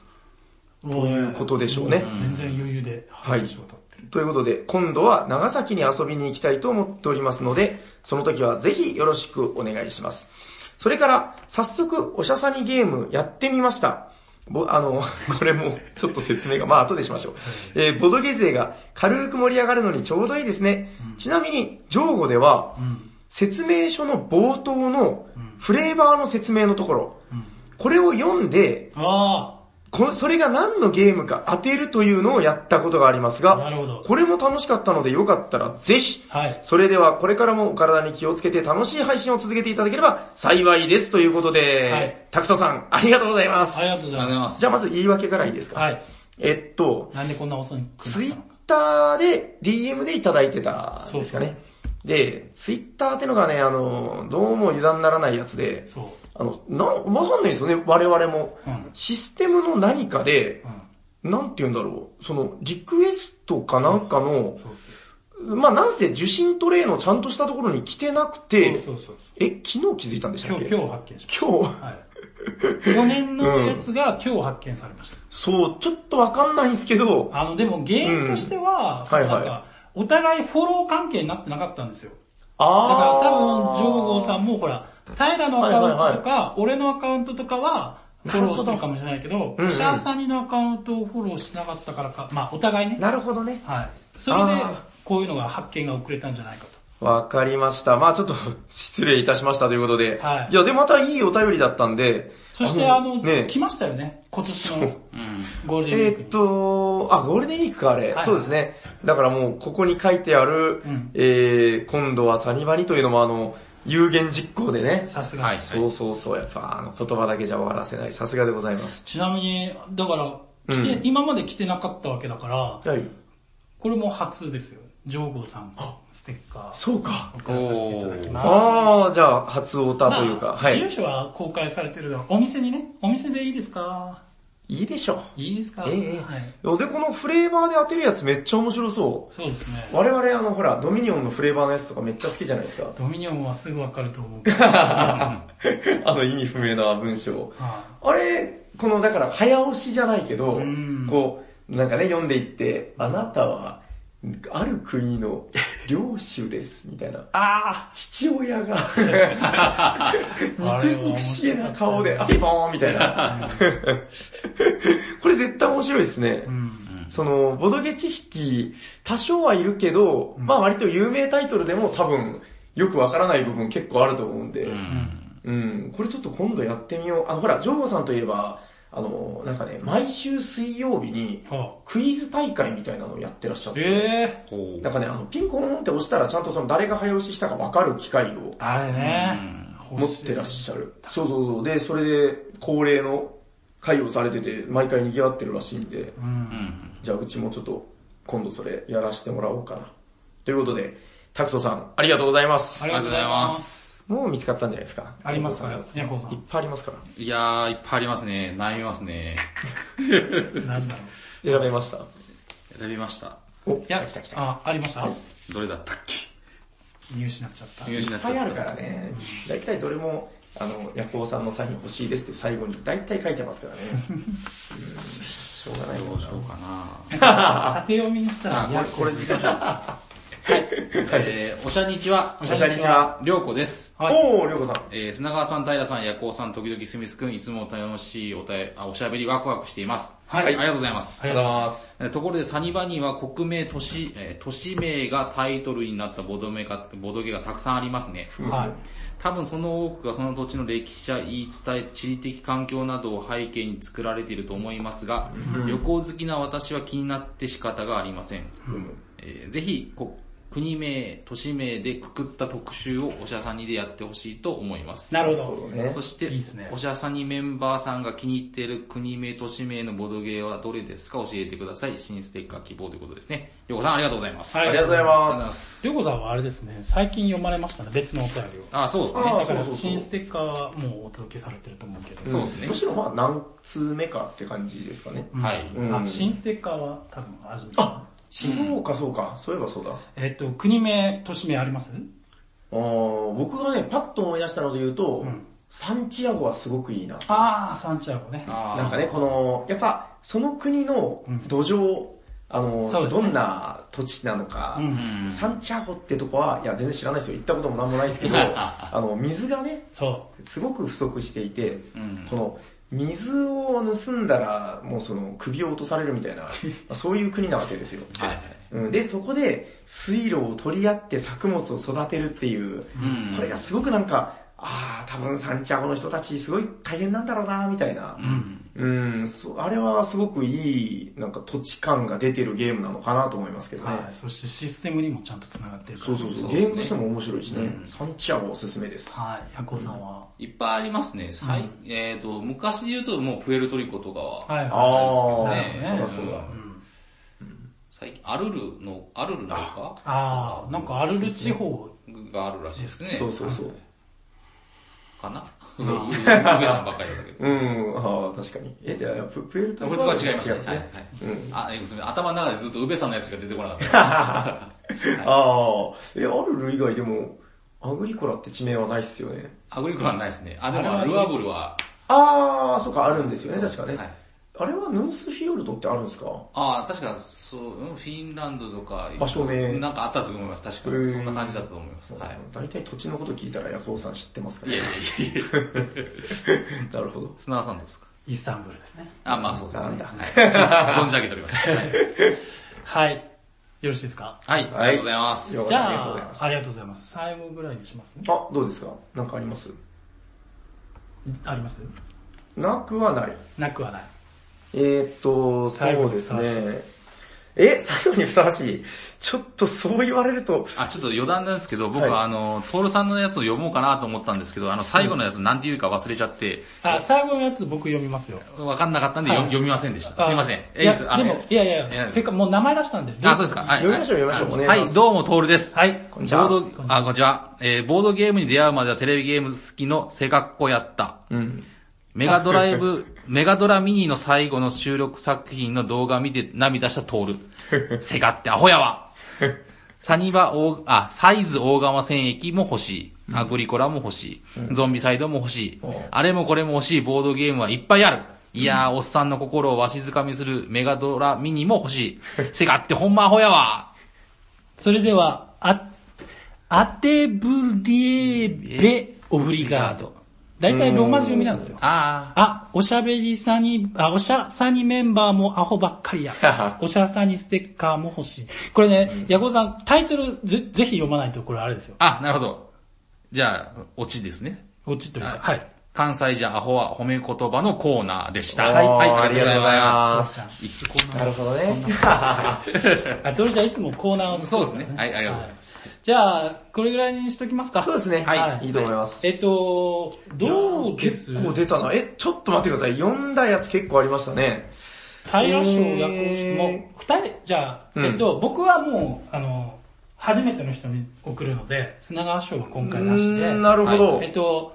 Speaker 1: という
Speaker 2: ことでしょうね
Speaker 1: 全然余裕で、
Speaker 2: はい
Speaker 1: 仕事ってる。
Speaker 2: ということで、今度は長崎に遊びに行きたいと思っておりますので、その時はぜひよろしくお願いします。それから、早速、おしゃさにゲームやってみました。ぼ、あの、 これも、ちょっと説明が、まあ後でしましょう。えーボドゲ勢が軽く盛り上がるのにちょうどいいですね。ちなみに、ジョーゴでは
Speaker 1: う、ん。
Speaker 2: 説明書の冒頭の
Speaker 1: うん、
Speaker 2: フレーバーの説明のところ、
Speaker 1: うん。
Speaker 2: これを読んで、
Speaker 1: あ
Speaker 2: こそれが何のゲームか当てるというのをやったことがあります
Speaker 1: あ、
Speaker 2: が、
Speaker 1: なるほど。
Speaker 2: これも楽しかったのでよかったらぜひ、
Speaker 1: はい。
Speaker 2: それではこれからもお体に気をつけて楽しい配信を続けていただければ幸いですということで、
Speaker 1: はい
Speaker 2: タクトさんありがとうございます。
Speaker 1: ありがとうご
Speaker 3: あ
Speaker 1: ざい
Speaker 3: りがとうござい
Speaker 1: ま
Speaker 3: ます。
Speaker 2: じゃあまず言い訳からいいです
Speaker 1: す。
Speaker 2: か、
Speaker 1: はい。
Speaker 2: えっと、
Speaker 1: なんでこんな遅い
Speaker 2: ツイッターで DM でいただいてたんですか
Speaker 1: そう
Speaker 2: ね。で、ツイッターってのがね、あの、どうも油断ならないやつで、
Speaker 1: そう。
Speaker 2: あの、な、わかんないですよね、我々も。
Speaker 1: うん。
Speaker 2: システムの何かで、
Speaker 1: うん。
Speaker 2: なんて言うんだろう、その、リクエストかなんかの、
Speaker 1: そう
Speaker 2: まあなんせ受信トレイのちゃんとしたところに来てなくて、
Speaker 1: そうそうそうそ
Speaker 2: え、昨日気づいたんでした
Speaker 1: う。今
Speaker 2: っけ
Speaker 1: 日、今日発見しまし
Speaker 2: 今日、
Speaker 1: た。はい。去年のやつが今日発見されました。
Speaker 2: そう、ちょっとわかんないんですけど、
Speaker 1: あの、でも原因としては、
Speaker 2: ん
Speaker 1: そのなん
Speaker 2: はい
Speaker 1: か、お互いフォロー関係になってなかったんですよ。だから
Speaker 2: あー。
Speaker 1: 多分、上皇さんもほら、平のアカウントとか、俺のアカウントとかは、フォローしてるかもしれないけど、
Speaker 2: うんうん
Speaker 1: シャーサニのアカウントをフォローしなかったからか、まあお互いね。
Speaker 2: なるほどね。
Speaker 1: はい。それで
Speaker 2: あ、
Speaker 1: こういうのが発見が遅れたんじゃないかと。
Speaker 2: わかりました。まあちょっと失礼いたしましたということで。
Speaker 1: はい
Speaker 2: や、で、またいいお便りだったんで。
Speaker 1: そしてあの、
Speaker 2: ね、
Speaker 1: 来ましたよね。今年
Speaker 2: そ
Speaker 1: の
Speaker 2: う
Speaker 3: うん。
Speaker 1: ゴールデンウィーク
Speaker 2: え
Speaker 1: に。
Speaker 2: ーっと、あ、ゴールデンウィークか、あれ、
Speaker 1: はい
Speaker 2: そうですね。だからもう、ここに書いてある、
Speaker 1: うん
Speaker 2: えー、今度はサニバニというのもあの、有言実行でね。
Speaker 1: さすが、
Speaker 3: はい。
Speaker 2: そうそうそう、やっぱあの言葉だけじゃ終わらせない。さすがでございます。
Speaker 1: ちなみに、だから、来て、
Speaker 2: うん
Speaker 1: 今まで来てなかったわけだから、
Speaker 2: はい。
Speaker 1: これも初ですよ。ジョーゴーさんのステッカー。
Speaker 2: そうか。
Speaker 1: 送らさせていただきます。
Speaker 2: ああ、じゃあ、初オタ
Speaker 1: まあ
Speaker 2: というか、は
Speaker 1: 住
Speaker 2: い。
Speaker 1: 所は公開されてるのお店にね、お店でいいですか
Speaker 2: いいでしょ
Speaker 1: いいですか
Speaker 2: ええ
Speaker 1: はい。
Speaker 2: う。で、このフレーバーで当てるやつめっちゃ面白そ
Speaker 1: そうですね
Speaker 2: う。。我々あの、ほら、ドミニオンのフレーバーのやつとかめっちゃ好きじゃないですか。
Speaker 1: ドミニオンはすぐわかると思うけど。はい
Speaker 2: あの意味不明な文章。あれ、このだから早押しじゃないけど
Speaker 1: うん、
Speaker 2: こう、なんかね、読んでいって、あなたは、ある国の領主です、みたいな。
Speaker 1: あ
Speaker 2: 父親が、
Speaker 1: あれは面白かった
Speaker 2: 肉肉しげな顔で、あ、ピボーンみたいな。これ絶対面白いですね
Speaker 1: ーう。ん。
Speaker 2: その、ボドゲ知識、多少はいるけど、
Speaker 1: うん
Speaker 2: まあ割と有名タイトルでも多分、よくわからない部分結構あると思うんで、
Speaker 3: う
Speaker 2: うん、
Speaker 3: ん。
Speaker 2: これちょっと今度やってみよう。あの、ほら、ジョーゴさんといえば、あの、なんかね、毎週水曜日に、
Speaker 1: は
Speaker 2: クイズ大会みたいなのをやってらっしゃっ
Speaker 1: あ、え
Speaker 2: て、
Speaker 1: え
Speaker 3: ほ
Speaker 2: なんかね、あの、ピンコーンって押したらちゃんとその誰が早押ししたかわかる機会を
Speaker 1: あれね、
Speaker 2: 持ってらっしゃる。そうそうそう。で、それで恒例の会をされてて、毎回賑わってるらしいんで、
Speaker 1: う。
Speaker 3: うんん。
Speaker 2: じゃあうちもちょっと今度それやらせてもらおうかな。ということで、タクトさん、ありがとうございます
Speaker 1: あ。りがとうございます。
Speaker 2: もう見つかったんじゃないですか。
Speaker 1: ありますか
Speaker 2: いっ
Speaker 1: ら、ヤコウさん。
Speaker 2: ぱいありますから。
Speaker 3: いやー、いっぱいありますね。悩みますね。
Speaker 1: なんだろ
Speaker 2: 選べました。
Speaker 3: 選びました。
Speaker 2: お、
Speaker 1: いや
Speaker 2: 来た来た来た。
Speaker 1: あ、ありました
Speaker 3: どれだったっけ
Speaker 1: 見失っちゃった。
Speaker 3: 見失
Speaker 2: い
Speaker 3: っ
Speaker 2: っ
Speaker 3: ちゃ
Speaker 2: ぱいあ
Speaker 3: っ
Speaker 2: るか
Speaker 3: た。
Speaker 2: らね。大体どれも、あの、ヤコウさんのサイン欲しいですって最後に大体書いてますからね。うんしょうがない
Speaker 3: ど
Speaker 2: も
Speaker 3: うんし
Speaker 2: な。
Speaker 3: ようかな。
Speaker 1: 縦読みにしたら、
Speaker 3: あ、これ、これでいきましょう。えー、おしゃにちは。
Speaker 2: おしゃにちは。
Speaker 3: りょうこです。
Speaker 1: はい
Speaker 2: おー、りょうこさん。
Speaker 3: えー、砂川さん、平さん、夜行さん、時々スミスくん、いつも楽しいおたえあおしゃべりワクワクしています。
Speaker 1: はい
Speaker 3: ありがとうございます。
Speaker 1: は
Speaker 2: ありがとうございます。
Speaker 3: えーところで、サニバには国名、都市、えー都市名がタイトルになったボドメが、ボドゲがたくさんありますね。
Speaker 1: はい。
Speaker 3: 多分その多くがその土地の歴史や言い伝え、地理的環境などを背景に作られていると思いますが、旅行好きな私は気になって仕方がありません。えーぜひ、こ国名、都市名でくくった特集をおしゃさんにでやってほしいと思います。
Speaker 1: なる
Speaker 2: なる
Speaker 1: ほ
Speaker 2: ほ
Speaker 1: ど
Speaker 2: ど。ね。
Speaker 3: そして、
Speaker 1: いいっすね
Speaker 3: おしゃさにメンバーさんが気に入っている国名、都市名のボドゲーはどれですか教えてください。新ステッカー希望ということですね。ようこさんありがとうございます。
Speaker 1: は
Speaker 2: あ
Speaker 1: い
Speaker 2: りがとうございます。
Speaker 1: りょうこさんはあれですね、最近読まれましたね、別のお便りを。
Speaker 3: あ、そうです
Speaker 2: あ
Speaker 1: だ
Speaker 3: ね。
Speaker 1: から
Speaker 2: そうそうそう
Speaker 1: 新ステッカーはもうお届けされてると思うけど。
Speaker 3: そうですね
Speaker 2: むしろまあ何通目かって感じですかね。
Speaker 1: うん
Speaker 3: はい
Speaker 1: あ
Speaker 2: うん
Speaker 1: 新ステッカーは多分初めて。
Speaker 2: あ、そうかそうか、そういえばそうだ。
Speaker 1: えっと、国名、都市名あります
Speaker 2: あー僕がね、パッと思い出したので言うと、
Speaker 1: うん
Speaker 2: サンチアゴはすごくいいな。
Speaker 1: あー、サンチアゴね。
Speaker 3: あー
Speaker 2: なんかね、この、やっぱ、その国の土壌、あの、
Speaker 1: そうですね
Speaker 2: どんな土地なのか、
Speaker 1: うん
Speaker 3: うん
Speaker 2: サンチアゴってとこは、いや、全然知らないですよ。行ったこともなんもないですけど、 あの、水がね、
Speaker 1: そ
Speaker 2: すごく不足していて、
Speaker 3: うん
Speaker 2: この、水を盗んだら、もうその、首を落とされるみ たいな、まあそういう国なわけですよ。
Speaker 3: はいはい
Speaker 2: うんで、そこで、水路を取り合って作物を育てるっていう、
Speaker 3: うん
Speaker 2: これがすごくなんか、ああ、多分サンチャゴの人たちすごい大変なんだろうな、みたいな。
Speaker 3: うん
Speaker 2: うん、そう、あれはすごくいい、なんか土地感が出てるゲームなのかなと思いますけ
Speaker 1: う。
Speaker 2: どね。
Speaker 1: はい。そしてシステムにもちゃんと繋がってるから。
Speaker 2: そうそうそう。
Speaker 3: そう
Speaker 2: ゲ
Speaker 3: ですね
Speaker 2: ームとしても面白いしね。
Speaker 3: うん
Speaker 2: サンチアゴおすすめです。
Speaker 1: はい。ヤコウさんは。
Speaker 3: いっぱいありますね。最えっ、と、昔で言うともうプエルトリコとかは、
Speaker 1: はい。
Speaker 2: あー
Speaker 1: そうだ
Speaker 2: そうだ
Speaker 1: うん
Speaker 3: 最近アルルの、アルルなのか
Speaker 1: あー、なんかアルル地方、
Speaker 3: があるらしいですね。
Speaker 2: そうそうそう。
Speaker 3: かな上 さんばっかりだったけど。
Speaker 2: うん、ああ、確かに。え、では、ププエルト リ
Speaker 3: こ
Speaker 2: コ
Speaker 3: れとは違います
Speaker 2: 違う
Speaker 3: ね。
Speaker 2: んです
Speaker 3: はいは
Speaker 2: ね
Speaker 3: い。
Speaker 2: うん。
Speaker 3: あ、えすみません。頭の中でずっと上さんのやつしか出てこなかった。
Speaker 2: ああ、え、アルル以外でも、アグリコラって地名はないっすよね。
Speaker 3: アグリコラはないですね。あ、でも
Speaker 1: あれは
Speaker 3: ルアブルは、
Speaker 2: ああ、そうか、あるんですよね、
Speaker 3: そう
Speaker 2: 確かね。
Speaker 3: はい
Speaker 2: あれはヌースフィヨルドってあるんですか
Speaker 3: ああ、確かそう、うんフィンランドとか、
Speaker 2: 場所名
Speaker 3: なんかあったと思います。確か
Speaker 2: へ
Speaker 3: に。
Speaker 2: ー
Speaker 3: そんな感じだったと思います。はい。
Speaker 2: 大体土地のこと聞いたらヤコウさん知ってますか
Speaker 3: い
Speaker 2: ら
Speaker 3: やいやいやいや。
Speaker 2: なるほど。
Speaker 3: 砂川さんどうですか
Speaker 1: イスタンブールですね。
Speaker 3: あ、まあそうですね
Speaker 2: なんだ。
Speaker 3: はい存じ上げておりました。はい
Speaker 1: はい。よろしいですか
Speaker 3: はい、ありがとうございます。
Speaker 2: よ
Speaker 1: じ
Speaker 2: あり
Speaker 1: ゃ
Speaker 2: がとうござい
Speaker 1: あ
Speaker 2: ま、す
Speaker 1: ありがとうございます。最後ぐらいにします
Speaker 2: あ、どうですかなんかあります
Speaker 1: あります
Speaker 2: なくはない。
Speaker 1: なくはない。
Speaker 2: えー、っと、
Speaker 1: 最後
Speaker 2: そう
Speaker 1: に
Speaker 2: で
Speaker 1: ふ
Speaker 2: す
Speaker 1: さわしい
Speaker 2: ね。え、最後にふさわしいちょっとそう言われると、
Speaker 3: あ、ちょっと余談なんですけど、僕
Speaker 2: は
Speaker 3: はあの、トールさんのやつを読もうかなと思ったんですけど、あの、最後のやつなんて言うか忘れちゃって、
Speaker 1: あ、最後のやつ僕読みますよ。
Speaker 3: わかんなかったんでよ
Speaker 1: はい
Speaker 3: 読みませんでした。すいません。
Speaker 1: い
Speaker 3: えい
Speaker 1: や、
Speaker 3: です。あ
Speaker 1: で
Speaker 3: の
Speaker 1: も、いやいやい
Speaker 3: え
Speaker 1: や、せっかくもう名前出したんで。
Speaker 3: あ、そうですか。はい。
Speaker 2: 読みましょう読みましょう
Speaker 3: あ
Speaker 2: お願いしま
Speaker 3: はい、
Speaker 2: す
Speaker 3: どうも、トールです。
Speaker 1: はい。
Speaker 2: こんにちは
Speaker 3: ボード、あ、こんにちは。えー、ボードゲームに出会うまではテレビゲーム好きの性格っ子やった。
Speaker 2: うん。
Speaker 3: メガドライブ、メガドラミニの最後の収録作品の動画見て涙したトール。セガってアホやわ。サニバ大、あ、サイズ大釜戦役も欲しい。アグリコラも欲しい。ゾンビサイドも欲しい
Speaker 2: おう。
Speaker 3: あれもこれも欲しいボードゲームはいっぱいある。いやー、おっさんの心をわしづかみするメガドラミニも欲しい。セガってほんまアホやわ。
Speaker 1: それでは、あ、アテブリエベオブリガード。だいたいローマ字読みなんですよ。
Speaker 3: あ
Speaker 1: あ、おしゃべりさに、あ、おしゃさにメンバーもアホばっかり や。おしゃさにステッカーも欲しい。これね、ヤコウさん、タイトルぜ、ぜひ読まないとこれあれですよ
Speaker 3: ー。。あ、なるほど。じゃあ、オチですね。
Speaker 1: 落ちというか。
Speaker 3: は
Speaker 1: はいい。
Speaker 3: 関西じゃアホは褒め言葉のコーナーでした。
Speaker 2: はい
Speaker 3: ありがとうございま
Speaker 2: あ
Speaker 3: す。一個コーナー
Speaker 2: なるほどね。
Speaker 1: あ、どれじゃいつもコーナーを作るん。
Speaker 3: そうですねはいありがとうございます
Speaker 1: じゃあ、これぐらいにしときますか。
Speaker 2: そうですね。
Speaker 1: はい
Speaker 2: はい。いいと思います。
Speaker 1: えっと、どうです
Speaker 2: 結構出たな。え、ちょっと待ってください。読んだやつ結構ありましたね。
Speaker 1: 平賞や
Speaker 2: えー
Speaker 1: もう、二人、じゃあ、
Speaker 2: うん
Speaker 1: えっと、僕はもう、あの、初めての人に送るので、砂川賞は今回なし
Speaker 2: うー
Speaker 1: で。
Speaker 2: んなるほど。
Speaker 1: えっと、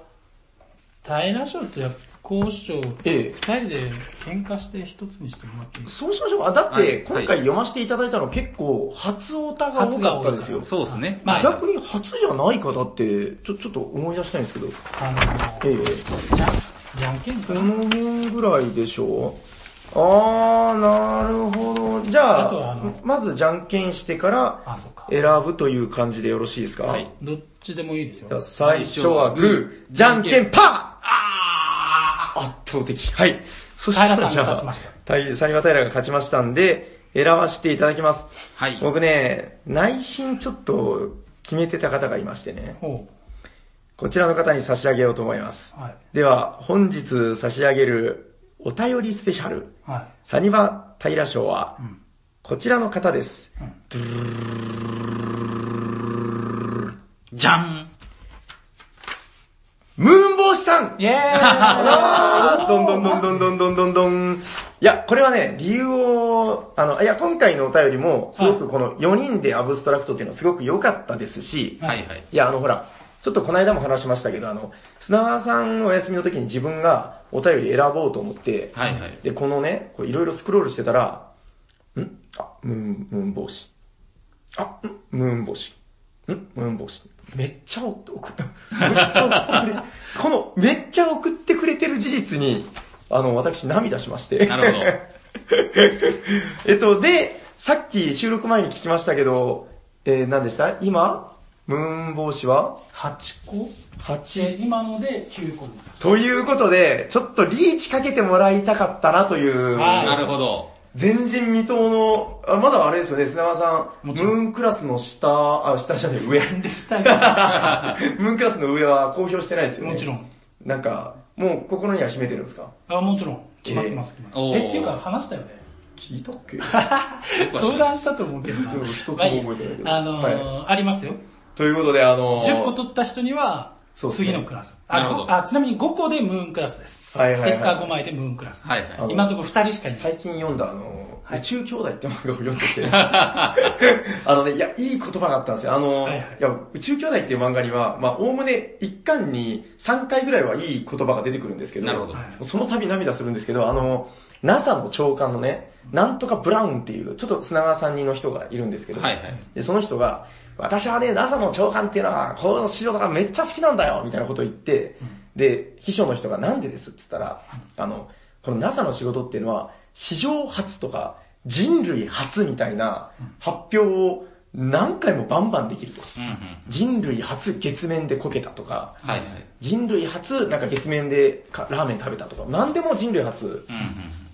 Speaker 1: 平賞とやっ副交渉、
Speaker 2: ええ
Speaker 1: 二人で喧嘩して一つにしてもらっていいです
Speaker 2: そうしましょうか。だっ
Speaker 3: は
Speaker 2: て、
Speaker 3: い
Speaker 2: 今回読ませていただいたの結構、初オタが多かったですよ。
Speaker 3: そうですね。
Speaker 1: まあ
Speaker 2: 逆に初じゃない方って、ちょ、ちょっと思い出したいんですけど、
Speaker 1: かあの、
Speaker 2: ええ
Speaker 1: じゃん、じゃんけんか
Speaker 2: こ
Speaker 1: な。
Speaker 2: の辺ぐらいでしょうあー、なるほど。じゃ
Speaker 1: あとはあ
Speaker 2: あ
Speaker 1: の、
Speaker 2: まずじゃんけんしてから
Speaker 1: あ、そっか。
Speaker 2: 選ぶという感じでよろしいですか
Speaker 3: はい
Speaker 1: どっちでもいいです
Speaker 2: じゃあ
Speaker 1: よ。
Speaker 2: 最初はグー、じゃんけんパー
Speaker 1: あ
Speaker 2: 圧倒的。はい。そ
Speaker 1: 平
Speaker 2: じゃ
Speaker 1: さ
Speaker 2: あ
Speaker 1: んが勝ちました。
Speaker 2: 大サニバタイラが勝ちましたんで、選ばせていただきます。
Speaker 3: はい。
Speaker 2: 僕ね、内心ちょっと決めてた方がいましてね、
Speaker 1: ほ
Speaker 2: こちらの方に差し上げようと思います。
Speaker 1: う。はい。
Speaker 2: では、本日差し上げるお便りスペシャル、
Speaker 1: は
Speaker 2: サニバタイラ賞は、
Speaker 1: い。うん。
Speaker 2: こちらの方です。
Speaker 3: じゃん
Speaker 2: ムーン帽子さん
Speaker 1: イェーイ
Speaker 2: どんどんどんどんどんどんどんどん。いや、これはね、理由を、あの、いや、今回のお便りも、すごくこの4人でアブストラクトっていうのはすごく良かったですし、
Speaker 1: は
Speaker 3: はいいはい。
Speaker 2: いや、あのほら、ちょっとこの間も話しましたけど、あの、砂川さんお休みの時に自分がお便り選ぼうと思って、
Speaker 3: はいはい。
Speaker 2: で、このね、こういろいろスクロールしてたら、んあ、ムーン、ムーン帽子。あ、んムーン帽子。んムーン帽子。めっちゃ送った。めっちゃ送ってくれ、この、めっちゃ送ってくれてる事実に、あの、私涙しまして。
Speaker 3: なるほど。
Speaker 2: えっと、で、さっき収録前に聞きましたけど、えー、何でした今、ムーン帽子は
Speaker 1: ?8 個で
Speaker 2: ?8。
Speaker 1: 今ので9個です。
Speaker 2: ということで、ちょっとリーチかけてもらいたかったなという、
Speaker 1: はい
Speaker 3: なるほど。
Speaker 2: 前人未到の、あまだあれですよね、砂川さん、ム
Speaker 1: もちろん
Speaker 2: ーンクラスの下、あ、下じゃない、 上。
Speaker 1: でしたよ。
Speaker 2: ムーンクラスの上は公表してないですよね。
Speaker 1: もちろ。ん。
Speaker 2: なんか、もう心には秘めてるんですか
Speaker 1: あ、もちろん。決まってます、決まってます。
Speaker 3: おー
Speaker 1: え、っていうか話したよね。
Speaker 2: 聞いたっけ
Speaker 3: 僕は知
Speaker 1: 相
Speaker 3: らない
Speaker 1: 談したと思うけどな。
Speaker 2: うん一つも
Speaker 1: まあいい
Speaker 2: 覚えてないけど
Speaker 1: あのー、ありますよ。
Speaker 2: ということで、あ のー、
Speaker 1: 10個取った人には、
Speaker 2: そうっすね
Speaker 1: 次のクラス。あ
Speaker 3: なるほど
Speaker 1: あちなみに5個でムーンクラスです。
Speaker 2: はいはいはい
Speaker 1: ステッカー5枚でムーンクラス。
Speaker 3: はい
Speaker 2: あ
Speaker 3: は
Speaker 2: の
Speaker 1: 今のところ2人しかいない。
Speaker 2: 最近読んだあの、
Speaker 1: はい
Speaker 2: 宇宙兄弟って漫画を読んでて、 あのね、いや、いい言葉があったんですよ。あの、
Speaker 1: はい
Speaker 2: い
Speaker 1: はい
Speaker 2: や、宇宙兄弟っていう漫画には、まあ、おおむね1巻に3回ぐらいはいい言葉が出てくるんですけど、
Speaker 3: なるほど
Speaker 1: はい
Speaker 2: その度涙するんですけど、あの、NASA の長官のね、なんとかブラウンっていう、ちょっと砂川さんにの人がいるんですけ
Speaker 3: い。
Speaker 2: ど、
Speaker 3: はいはい。
Speaker 2: で、その人が、私はね、NASA の長官っていうのは、この仕事がめっちゃ好きなんだよみたいなことを言って、で、秘書の人がなんでですって言ったら、あの、この NASA の仕事っていうのは、史上初とか、人類初みたいな発表を何回もバンバンできると。
Speaker 3: うんうん。
Speaker 2: 人類初月面でこけたとか、
Speaker 3: はいはい。
Speaker 2: 人類初なんか月面でかラーメン食べたとか、何でも人類初、
Speaker 3: うん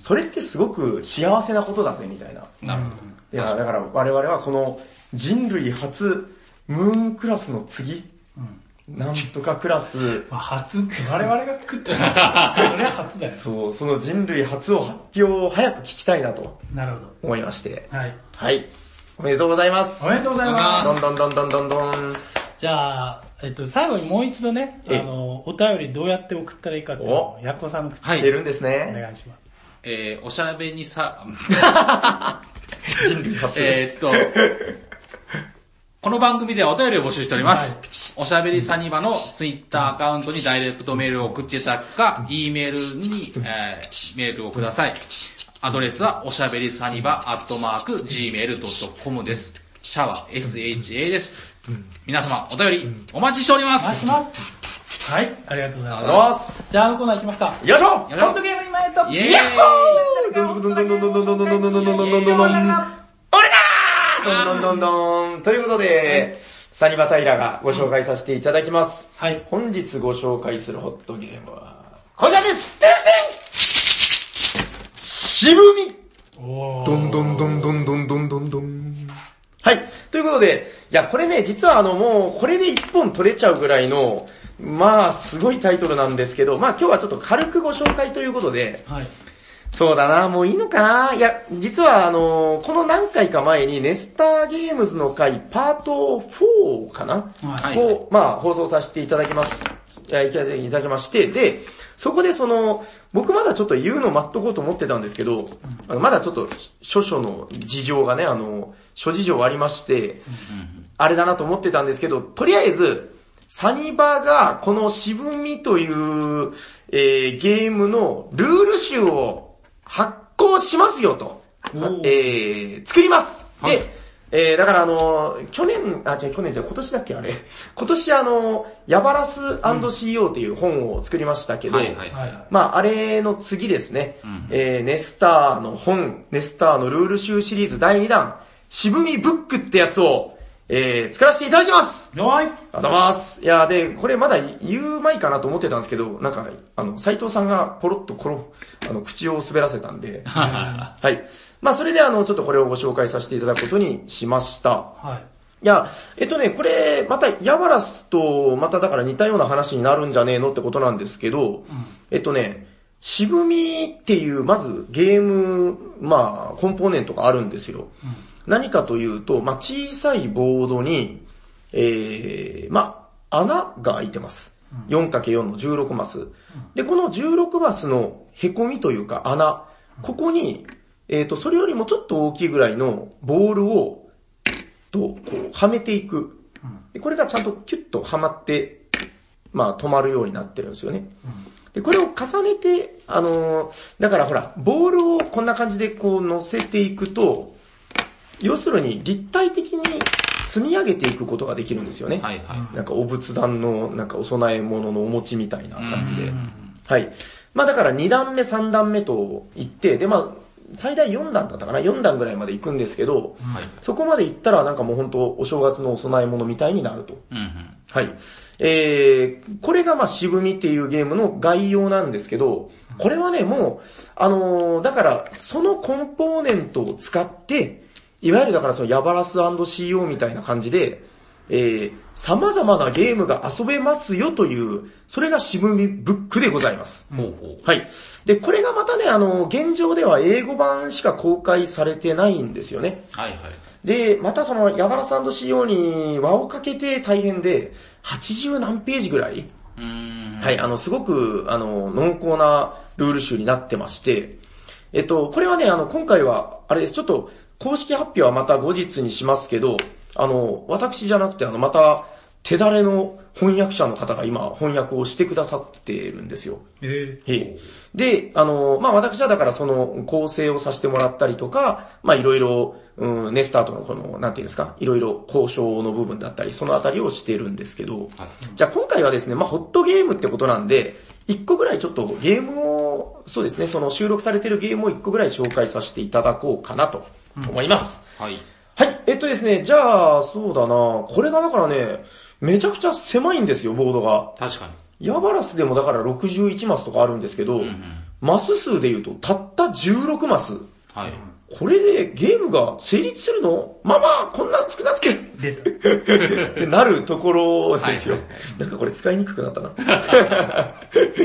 Speaker 2: それってすごく幸せなことだぜみたいな。
Speaker 3: うん。なるほど。
Speaker 2: いや、だから我々はこの人類初ムーンクラスの次、
Speaker 1: うん
Speaker 2: なんとかクラス、
Speaker 1: まあ、初って我々が作った。それは初だよ。
Speaker 2: そう、その人類初を発表を早く聞きたいなと
Speaker 1: なるほ
Speaker 2: 思いまして。
Speaker 1: ど。はい。
Speaker 2: はい。おめでとうございます
Speaker 1: お。めでとうございま
Speaker 2: ど
Speaker 1: す。
Speaker 2: んどんどんどんどんどん。
Speaker 1: じゃあ、えっと、最後にもう一度ね、あ
Speaker 2: ええ
Speaker 1: の、お便りどうやって送ったらいいかっていうのを、ヤッコさんの口
Speaker 3: は
Speaker 2: 出
Speaker 3: い。
Speaker 2: るんです
Speaker 1: お
Speaker 2: ね。
Speaker 1: 願いします。
Speaker 3: えー、おしゃべりさ、
Speaker 2: 人類初。
Speaker 3: えーっと、この番組ではお便りを募集しております。
Speaker 1: はい
Speaker 3: おしゃべりサニバのツイッターアカウントにダイレクトメールを送っていただくか、E メールに、えーメールをください。アドレスはおしゃべりサニバアットマーク gmail.com です。シャワー SHA です。皆様お便りお待ちしておりま
Speaker 1: お願いし
Speaker 3: す。
Speaker 1: ます。はい、ありがとうござい
Speaker 2: あ
Speaker 1: ま
Speaker 2: り
Speaker 1: す。
Speaker 2: がとうございます。
Speaker 1: じゃあ、あのコーナー行きますか。
Speaker 2: よいしょ
Speaker 3: や
Speaker 1: コントゲーム今へと、
Speaker 3: イエーイ
Speaker 1: ヤッホー
Speaker 2: どんどんどんどんどんどんどんどんどんどんどんどんどんどん俺だーどんどんどんどん。ということで、サニバタイラがご紹介させていただきます。
Speaker 1: はい。
Speaker 2: 本日ご紹介するホットゲームは、こちらです渋み
Speaker 1: おー
Speaker 2: どんどんどんどんどんどんどんどん。はい。ということで、いや、これね、実はあの、もう、これで一本取れちゃうぐらいの、まあ、すごいタイトルなんですけど、まあ今日はちょっと軽くご紹介ということで、
Speaker 1: はい。
Speaker 2: そうだな、もういいのかな。いや、実はあのこの何回か前にネスターゲームズの回パート4かな、
Speaker 1: はい
Speaker 2: を、まあ放送させていただきます、いやいただきまして、で、そこでその、僕まだちょっと言うの待っとこうと思ってたんですけど、あのまだちょっと諸々の事情がね、あの、諸事情がありまして、あれだなと思ってたんですけど、とりあえず、サニバがこの渋みという、えーゲームのルール集を発行しますよと、
Speaker 1: おー
Speaker 2: えー作ります。
Speaker 3: はい
Speaker 2: で、えーだからあのー去年、あ、違う、去年じゃない今年だっけあれ。今年あのー、ヤバラス &CO っていう本を作りましたけど、
Speaker 3: はいはい。
Speaker 1: はいはい。
Speaker 2: まあ、あれの次ですね、
Speaker 3: うん
Speaker 2: えーネスターの本、ネスターのルール集シリーズ第2弾、渋みブックってやつを、えー作らせていただきます
Speaker 1: はい。
Speaker 2: ありがとうございます。いやーで、これまだ言うまいかなと思ってたんですけど、なんか、あの、斉藤さんがポロッところ、あの、口を滑らせたん で、はい。まあ、それであの、ちょっとこれをご紹介させていただくことにしました。
Speaker 1: はい。
Speaker 2: いや、えっとね、これ、また、ヤバラスと、まただから似たような話になるんじゃねえのってことなんですけど、えっとね、渋みっていう、まずゲーム、まあ、コンポーネントがあるんですよ。何かというと、まあ、小さいボードに、えー、まあ、穴が開いてます。4×4 の16マス。で、この16マスの凹みというか穴、ここに、えっ、と、それよりもちょっと大きいぐらいのボールをと、こう、はめていく。でこれがちゃんとキュッとはまって、まあ、止まるようになってるんですよね。で、これを重ねて、あのーだからほら、ボールをこんな感じでこう乗せていくと、要するに立体的に積み上げていくことができるんですよね。
Speaker 3: はいはい。
Speaker 2: なんかお仏壇の、なんかお供え物のお餅みたいな感じで。
Speaker 1: うん
Speaker 2: はい。まあだから2段目、3段目と行って、でまあ、最大4段だったかな ?4 段ぐらいまで行くんですけど、
Speaker 3: はい。
Speaker 2: そこまで行ったらなんかもう本当お正月のお供え物みたいになると。
Speaker 3: うんうん。
Speaker 2: はい。えー、これがまあ渋みっていうゲームの概要なんですけど、これはね、もう、あのーだから、そのコンポーネントを使って、いわゆるだからそのヤバラス &CO みたいな感じで、えー、様々なゲームが遊べますよという、それが渋みブックでございます。
Speaker 3: ほうほ
Speaker 2: はい。で、これがまたね、あのー現状では英語版しか公開されてないんですよね。
Speaker 3: う。はいはい。
Speaker 2: で、またその、ヤガラさんと CO に輪をかけて大変で、80何ページぐらい、
Speaker 3: うーん。
Speaker 2: はい、あの、すごく、あの、濃厚なルール集になってまして、えっと、これはね、あの、今回は、あれです、ちょっと、公式発表はまた後日にしますけど、あの、私じゃなくて、あの、また、手だれの翻訳者の方が今、翻訳をしてくださっているんですよ。
Speaker 1: え
Speaker 2: ええで、あの、まあ、私はだからその構成をさせてもらったりとか、まあ、いろいろ、うん、ネスターとのこの、なんていうんですか、いろいろ交渉の部分だったり、そのあたりをしてるんですけど、
Speaker 3: はい。
Speaker 2: じゃあ今回はですね、まあ、ホットゲームってことなんで、一個ぐらいちょっとゲームを、そうですね、その収録されてるゲームを一個ぐらい紹介させていただこうかなと思います。
Speaker 3: はい。
Speaker 2: はい、えっとですね、じゃあ、そうだな、これがだからね、めちゃくちゃ狭いんですよ、ボードが。
Speaker 3: 確かに。
Speaker 2: ヤバラスでもだから61マスとかあるんですけど、
Speaker 3: うんうん。
Speaker 2: マス数で言うとたった16マス。
Speaker 3: はい。
Speaker 2: これでゲームが成立するのまあまあ、こんな少なくて
Speaker 1: え出た。
Speaker 2: ってなるところですよ
Speaker 3: はいはいは。
Speaker 2: なんかこれ使いにくくなったな。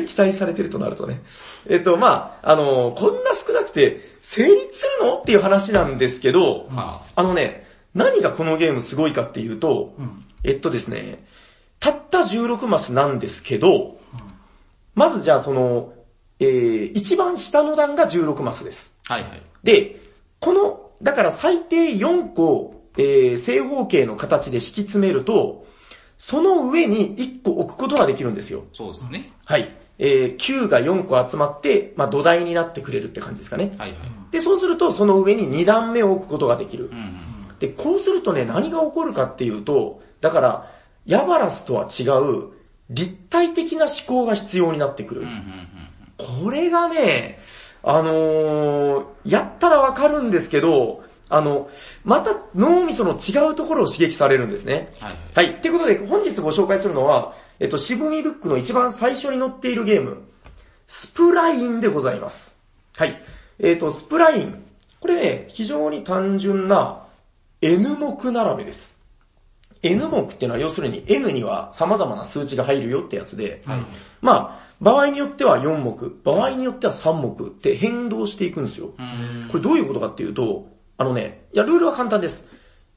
Speaker 2: 期待されてるとなるとね。えっと、まあ、あのこんな少なくて成立するのっていう話なんですけど、
Speaker 3: は
Speaker 2: あのね、何がこのゲームすごいかっていうと、
Speaker 1: うん
Speaker 2: えっとですね、たった16マスなんですけど、まずじゃあその、えー、一番下の段が16マスです。
Speaker 3: あ。はいはい。
Speaker 2: で、この、だから最低4個、えー、正方形の形で敷き詰めると、その上に1個置くことができるんですよ。
Speaker 3: そうですね。
Speaker 2: はい。えー、9が4個集まって、まあ土台になってくれるって感じですかね。
Speaker 3: はいはい。
Speaker 2: で、そうするとその上に2段目を置くことができる
Speaker 3: うん。うん。
Speaker 2: で、こうするとね、何が起こるかっていうと、だから、ヤバラスとは違う、立体的な思考が必要になってくる。
Speaker 3: うんうん
Speaker 2: これがね、あのーやったらわかるんですけど、あの、また脳みその違うところを刺激されるんですね。
Speaker 3: はいはい。
Speaker 2: はい。ということで、本日ご紹介するのは、えっと、渋みブックの一番最初に載っているゲーム、スプラインでございます。はい。えっと、スプライン。これね、非常に単純な N 目並べです。N 目っていうのは要するに N には様々な数値が入るよってやつで、
Speaker 1: はい
Speaker 2: まあ、場合によっては4目、場合によっては3目って変動していくんですよ。
Speaker 3: うーん。
Speaker 2: これどういうことかっていうと、あのね、いや、ルールは簡単です。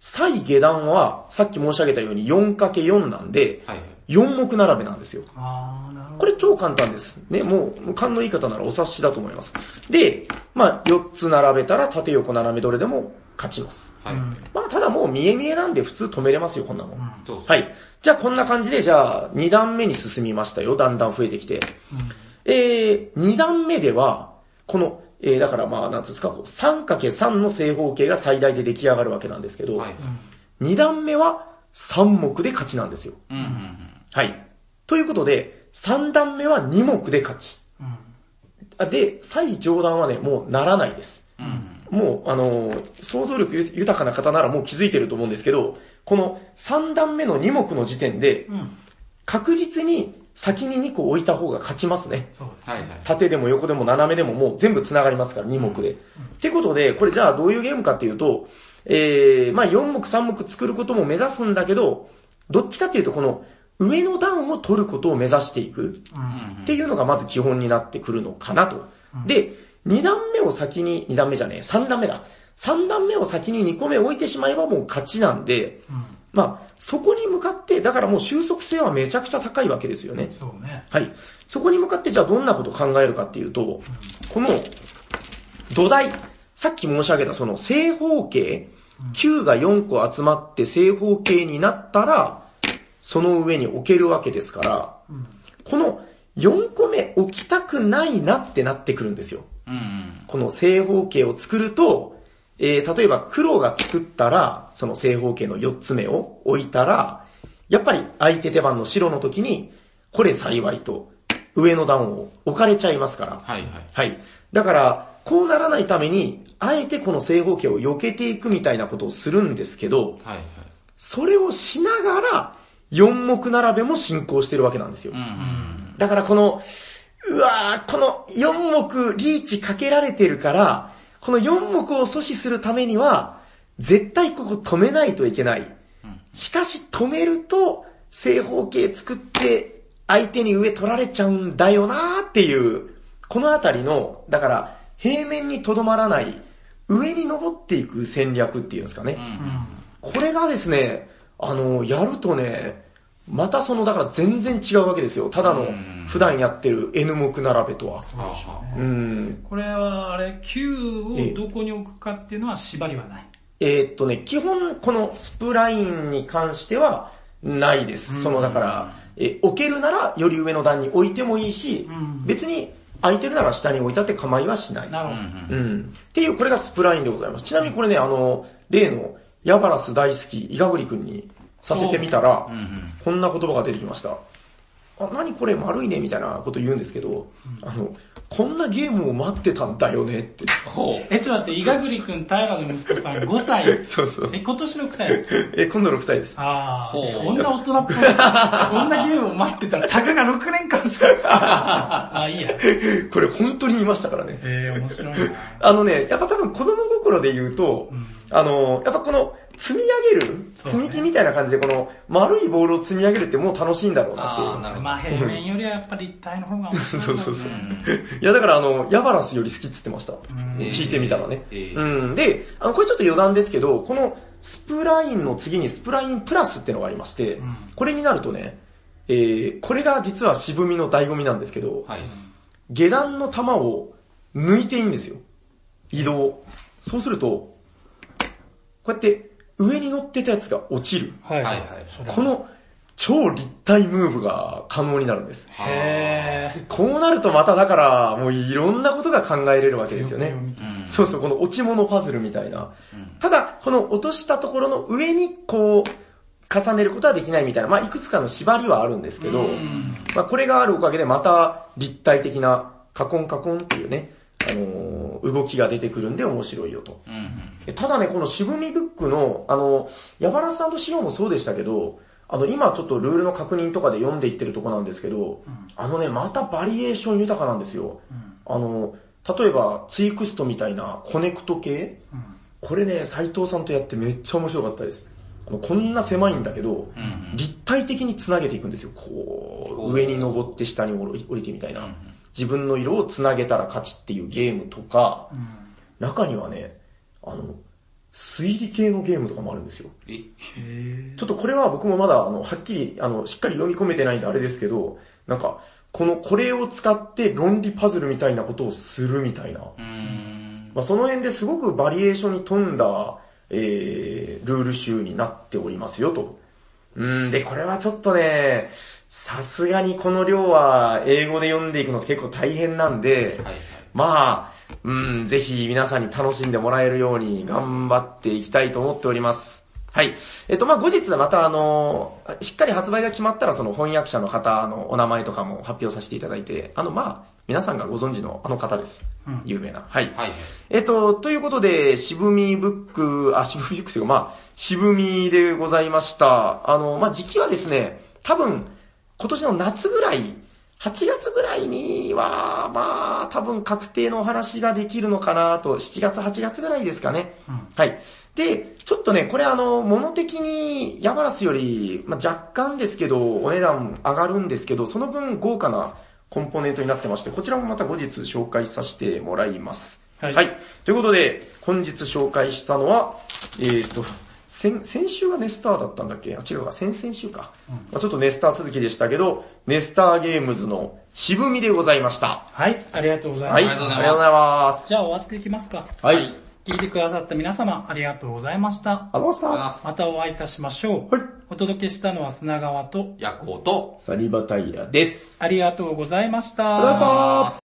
Speaker 2: 最下段は、さっき申し上げたように 4×4 なんで、
Speaker 3: はいはい。
Speaker 2: 4目並べなんですよ。
Speaker 1: あー、なるほど。
Speaker 2: これ超簡単です。ね、もう、もう勘のいい方ならお察しだと思います。で、まあ、4つ並べたら縦横斜めどれでも勝ちます。
Speaker 3: はい。
Speaker 1: うん
Speaker 2: まあ、ただもう見え見えなんで普通止めれますよ、こんなもん。
Speaker 1: うん
Speaker 3: そうです
Speaker 2: はい。じゃあこんな感じで、じゃあ2段目に進みましたよ。だんだん増えてきて。えー、2段目では、この、えー、だからまあ、なんていうんですか、こう 3×3 の正方形が最大で出来上がるわけなんですけど、
Speaker 3: はい。
Speaker 2: 2段目は3目で勝ちなんですよ。
Speaker 3: うんうんうん。
Speaker 2: はい。ということで、3段目は2目で勝ち。
Speaker 1: うん
Speaker 2: あで、最上段はね、もうならないです。
Speaker 3: うんうん。
Speaker 2: もう、あのー想像力ゆ豊かな方ならもう気づいてると思うんですけど、この3段目の2目の時点で、
Speaker 1: うん。
Speaker 2: 確実に先に2個置いた方が勝ちますね。
Speaker 1: そうです。
Speaker 3: はいはい。
Speaker 2: 縦でも横でも斜めでももう全部繋がりますから、2目で。ってことで、これじゃあどういうゲームかっていうと、えー、まあ4目3目作ることも目指すんだけど、どっちかっていうとこの上の段を取ることを目指していく
Speaker 1: う
Speaker 3: うん
Speaker 1: ん。
Speaker 2: っていうのがまず基本になってくるのかなと。で、2段目を先に、2段目じゃねえ、3段目だ。3段目を先に2個目置いてしまえばもう勝ちなんで、
Speaker 1: うん。
Speaker 2: まあそこに向かって、だからもう収束性はめちゃくちゃ高いわけですよね。
Speaker 1: そうね。
Speaker 2: はい。そこに向かってじゃあどんなことを考えるかっていうと、この土台、さっき申し上げたその正方形、9が4個集まって正方形になったら、その上に置けるわけですから、
Speaker 1: うん。
Speaker 2: この4個目置きたくないなってなってくるんですよ。
Speaker 3: うんうん。
Speaker 2: この正方形を作ると、えー、例えば黒が作ったら、その正方形の4つ目を置いたら、やっぱり相手手番の白の時に、これ幸いと、上の段を置かれちゃいますから。
Speaker 3: はいはい。
Speaker 2: はい。だから、こうならないために、あえてこの正方形を避けていくみたいなことをするんですけど、
Speaker 3: はいはい。
Speaker 2: それをしながら、4目並べも進行してるわけなんですよ
Speaker 3: うん。うん
Speaker 2: だからこの、うわー、この4目リーチかけられてるから、この4目を阻止するためには、絶対ここ止めないといけない
Speaker 3: うん。
Speaker 2: しかし止めると、正方形作って、相手に上取られちゃうんだよなーっていう、このあたりの、だから、平面にとどまらない、上に登っていく戦略っていうんですかね。
Speaker 3: うん。う
Speaker 1: うんん。
Speaker 2: これがですね、あの、やるとね、またその、だから全然違うわけですよ。ただ
Speaker 3: う
Speaker 2: の
Speaker 3: ん
Speaker 2: 普段やってる N 目並べとは。
Speaker 1: そうでしょう
Speaker 2: う
Speaker 1: ね。
Speaker 2: ん。
Speaker 1: これは、あれ、9をどこに置くかっていうのは縛りはない。
Speaker 2: えーっとね、基本このスプラインに関してはないで
Speaker 1: う
Speaker 2: す。
Speaker 1: ん
Speaker 2: そのだから、え、置けるならより上の段に置いてもいいし
Speaker 1: うん、
Speaker 2: 別に空いてるなら下に置いたって構いはしない。
Speaker 1: な
Speaker 3: う
Speaker 1: るほど。
Speaker 3: ん
Speaker 2: う
Speaker 3: うん。
Speaker 2: ん。っていう、これがスプラインでございます。ちなみにこれね、あの、例の、ヤバラス大好き、イガグリ君にさせてみたら
Speaker 3: うん、うん。
Speaker 2: こんな言葉が出てきました。あ、何これ丸いねみたいなこと言うんですけど、あの、こんなゲームを待ってたんだよねって。
Speaker 3: ほう。
Speaker 1: え、ちょっと待って、伊賀栗くん、平の息子さん5歳。
Speaker 2: そうそう
Speaker 1: え、。今年6歳
Speaker 2: え、今度6歳です。
Speaker 1: あ
Speaker 3: ほう
Speaker 1: あ、そんな大人っぽ い。こんなゲームを待ってたら、たかが6年間しか。 ああ、いいや。
Speaker 2: これ本当に言いましたからね。
Speaker 1: えー、面白いな。
Speaker 2: あのね、やっぱ多分子供心で言うと、
Speaker 1: うん
Speaker 2: あの、やっぱこの積み上げる、
Speaker 1: そう
Speaker 2: 積
Speaker 1: ね
Speaker 2: み木みたいな感じでこの丸いボールを積み上げるってもう楽しいんだろうなっていう。
Speaker 3: あーなるほど
Speaker 1: まあ平面よりはやっぱり立体の方が面白い、ね。
Speaker 2: そうそうそううんいやだからあの、ヤバラスより好きっつってました。
Speaker 1: ん
Speaker 2: 聞いてみたらね、
Speaker 3: えー
Speaker 2: うん。で、あの、これちょっと余談ですけど、このスプラインの次にスプラインプラスってのがありまして、
Speaker 1: うん
Speaker 2: これになるとね、えー、これが実は渋みの醍醐味なんですけど、
Speaker 3: はい。
Speaker 2: 下段の弾を抜いていいんですよ。移動。そうすると、こうやって上に乗ってたやつが落ちる。
Speaker 1: はい
Speaker 3: はいはい
Speaker 1: それ
Speaker 2: この超立体ムーブが可能になるんです。
Speaker 1: へー。
Speaker 2: こうなるとまただから、もういろんなことが考えれるわけですよね。
Speaker 3: うん。
Speaker 2: そうそう、この落ち物パズルみたいな。
Speaker 3: うん
Speaker 2: ただ、この落としたところの上にこう、重ねることはできないみたいな、まあいくつかの縛りはあるんですけど、
Speaker 1: うん
Speaker 2: まあこれがあるおかげでまた立体的なカコンカコンっていうね、あのー動きが出てくるんで面白いよと。
Speaker 3: うんうん。
Speaker 2: えただね、この渋みブックの、あの、ヤバラスさんとシロもそうでしたけど、あの、今ちょっとルールの確認とかで読んでいってるとこなんですけど、
Speaker 1: うん
Speaker 2: あのね、またバリエーション豊かなんですよ。
Speaker 1: うん
Speaker 2: あの、例えば、ツイクストみたいなコネクト系
Speaker 1: うん
Speaker 2: これね、斉藤さんとやってめっちゃ面白かったです。あのこんな狭いんだけど、
Speaker 3: うんうん。
Speaker 2: 立体的に繋げていくんですよ。こ
Speaker 3: お
Speaker 2: う、
Speaker 3: ー
Speaker 2: 上に登って下に降り降りてみたいな。
Speaker 3: うん
Speaker 2: 自分の色を繋げたら勝ちっていうゲームとか、
Speaker 1: うん
Speaker 2: 中にはね、あの、推理系のゲームとかもあるんですよ。
Speaker 3: え、
Speaker 1: へ
Speaker 2: ちょっとこれは僕もまだ、あの、はっきり、あの、しっかり読み込めてないんであれですけど、なんか、この、これを使って論理パズルみたいなことをするみたいな。
Speaker 3: うーん。
Speaker 2: まあ、その辺ですごくバリエーションに富んだえー、ルール集になっておりますよと。うん、で、これはちょっとね、さすがにこの量は英語で読んでいくの結構大変なんで、
Speaker 3: はいはい。
Speaker 2: まあ、うん、ぜひ皆さんに楽しんでもらえるように頑張っていきたいと思っております。はい。えっと、まあ後日またあの、しっかり発売が決まったらその翻訳者の方のお名前とかも発表させていただいて、あの、まあ、皆さんがご存知のあの方です。
Speaker 1: うん
Speaker 2: 有名な。はい。
Speaker 3: はいはい。
Speaker 2: えっと、ということで、渋みブック、あ、渋みブックというか、まあ、渋みでございました。あの、まあ、時期はですね、多分、今年の夏ぐらい、8月ぐらいには、まあ、多分確定のお話ができるのかなと、7月、8月ぐらいですかね。
Speaker 1: うん
Speaker 2: はい。で、ちょっとね、これあの、物的にヤバラスより、まあ、若干ですけど、お値段上がるんですけど、その分豪華なコンポーネントになってまして、こちらもまた後日紹介させてもらいます。
Speaker 1: はい
Speaker 2: ということで、本日紹介したのは、えっ、と、先、先週がネスターだったんだっけあ、違うか、先々週か。まあちょっとネスター続きでしたけど、ネスターゲームズの渋みでございました。
Speaker 1: はい、ありがとうございま
Speaker 2: は
Speaker 1: す。
Speaker 2: い、
Speaker 3: ありがとうございます
Speaker 2: ます。
Speaker 1: じゃあ終わっていきますか。
Speaker 2: はい。ありが
Speaker 1: 聞いてくださった皆様、ありがとうございました。
Speaker 2: とうござい
Speaker 3: ありが
Speaker 2: ま
Speaker 3: とうござい
Speaker 1: またお会いいたしましょう。
Speaker 2: はい
Speaker 1: お届けしたのは砂川と、
Speaker 3: ます。夜行と、
Speaker 2: す。サニバタイラです。
Speaker 1: ありがとうございました。
Speaker 2: ありがとうございました。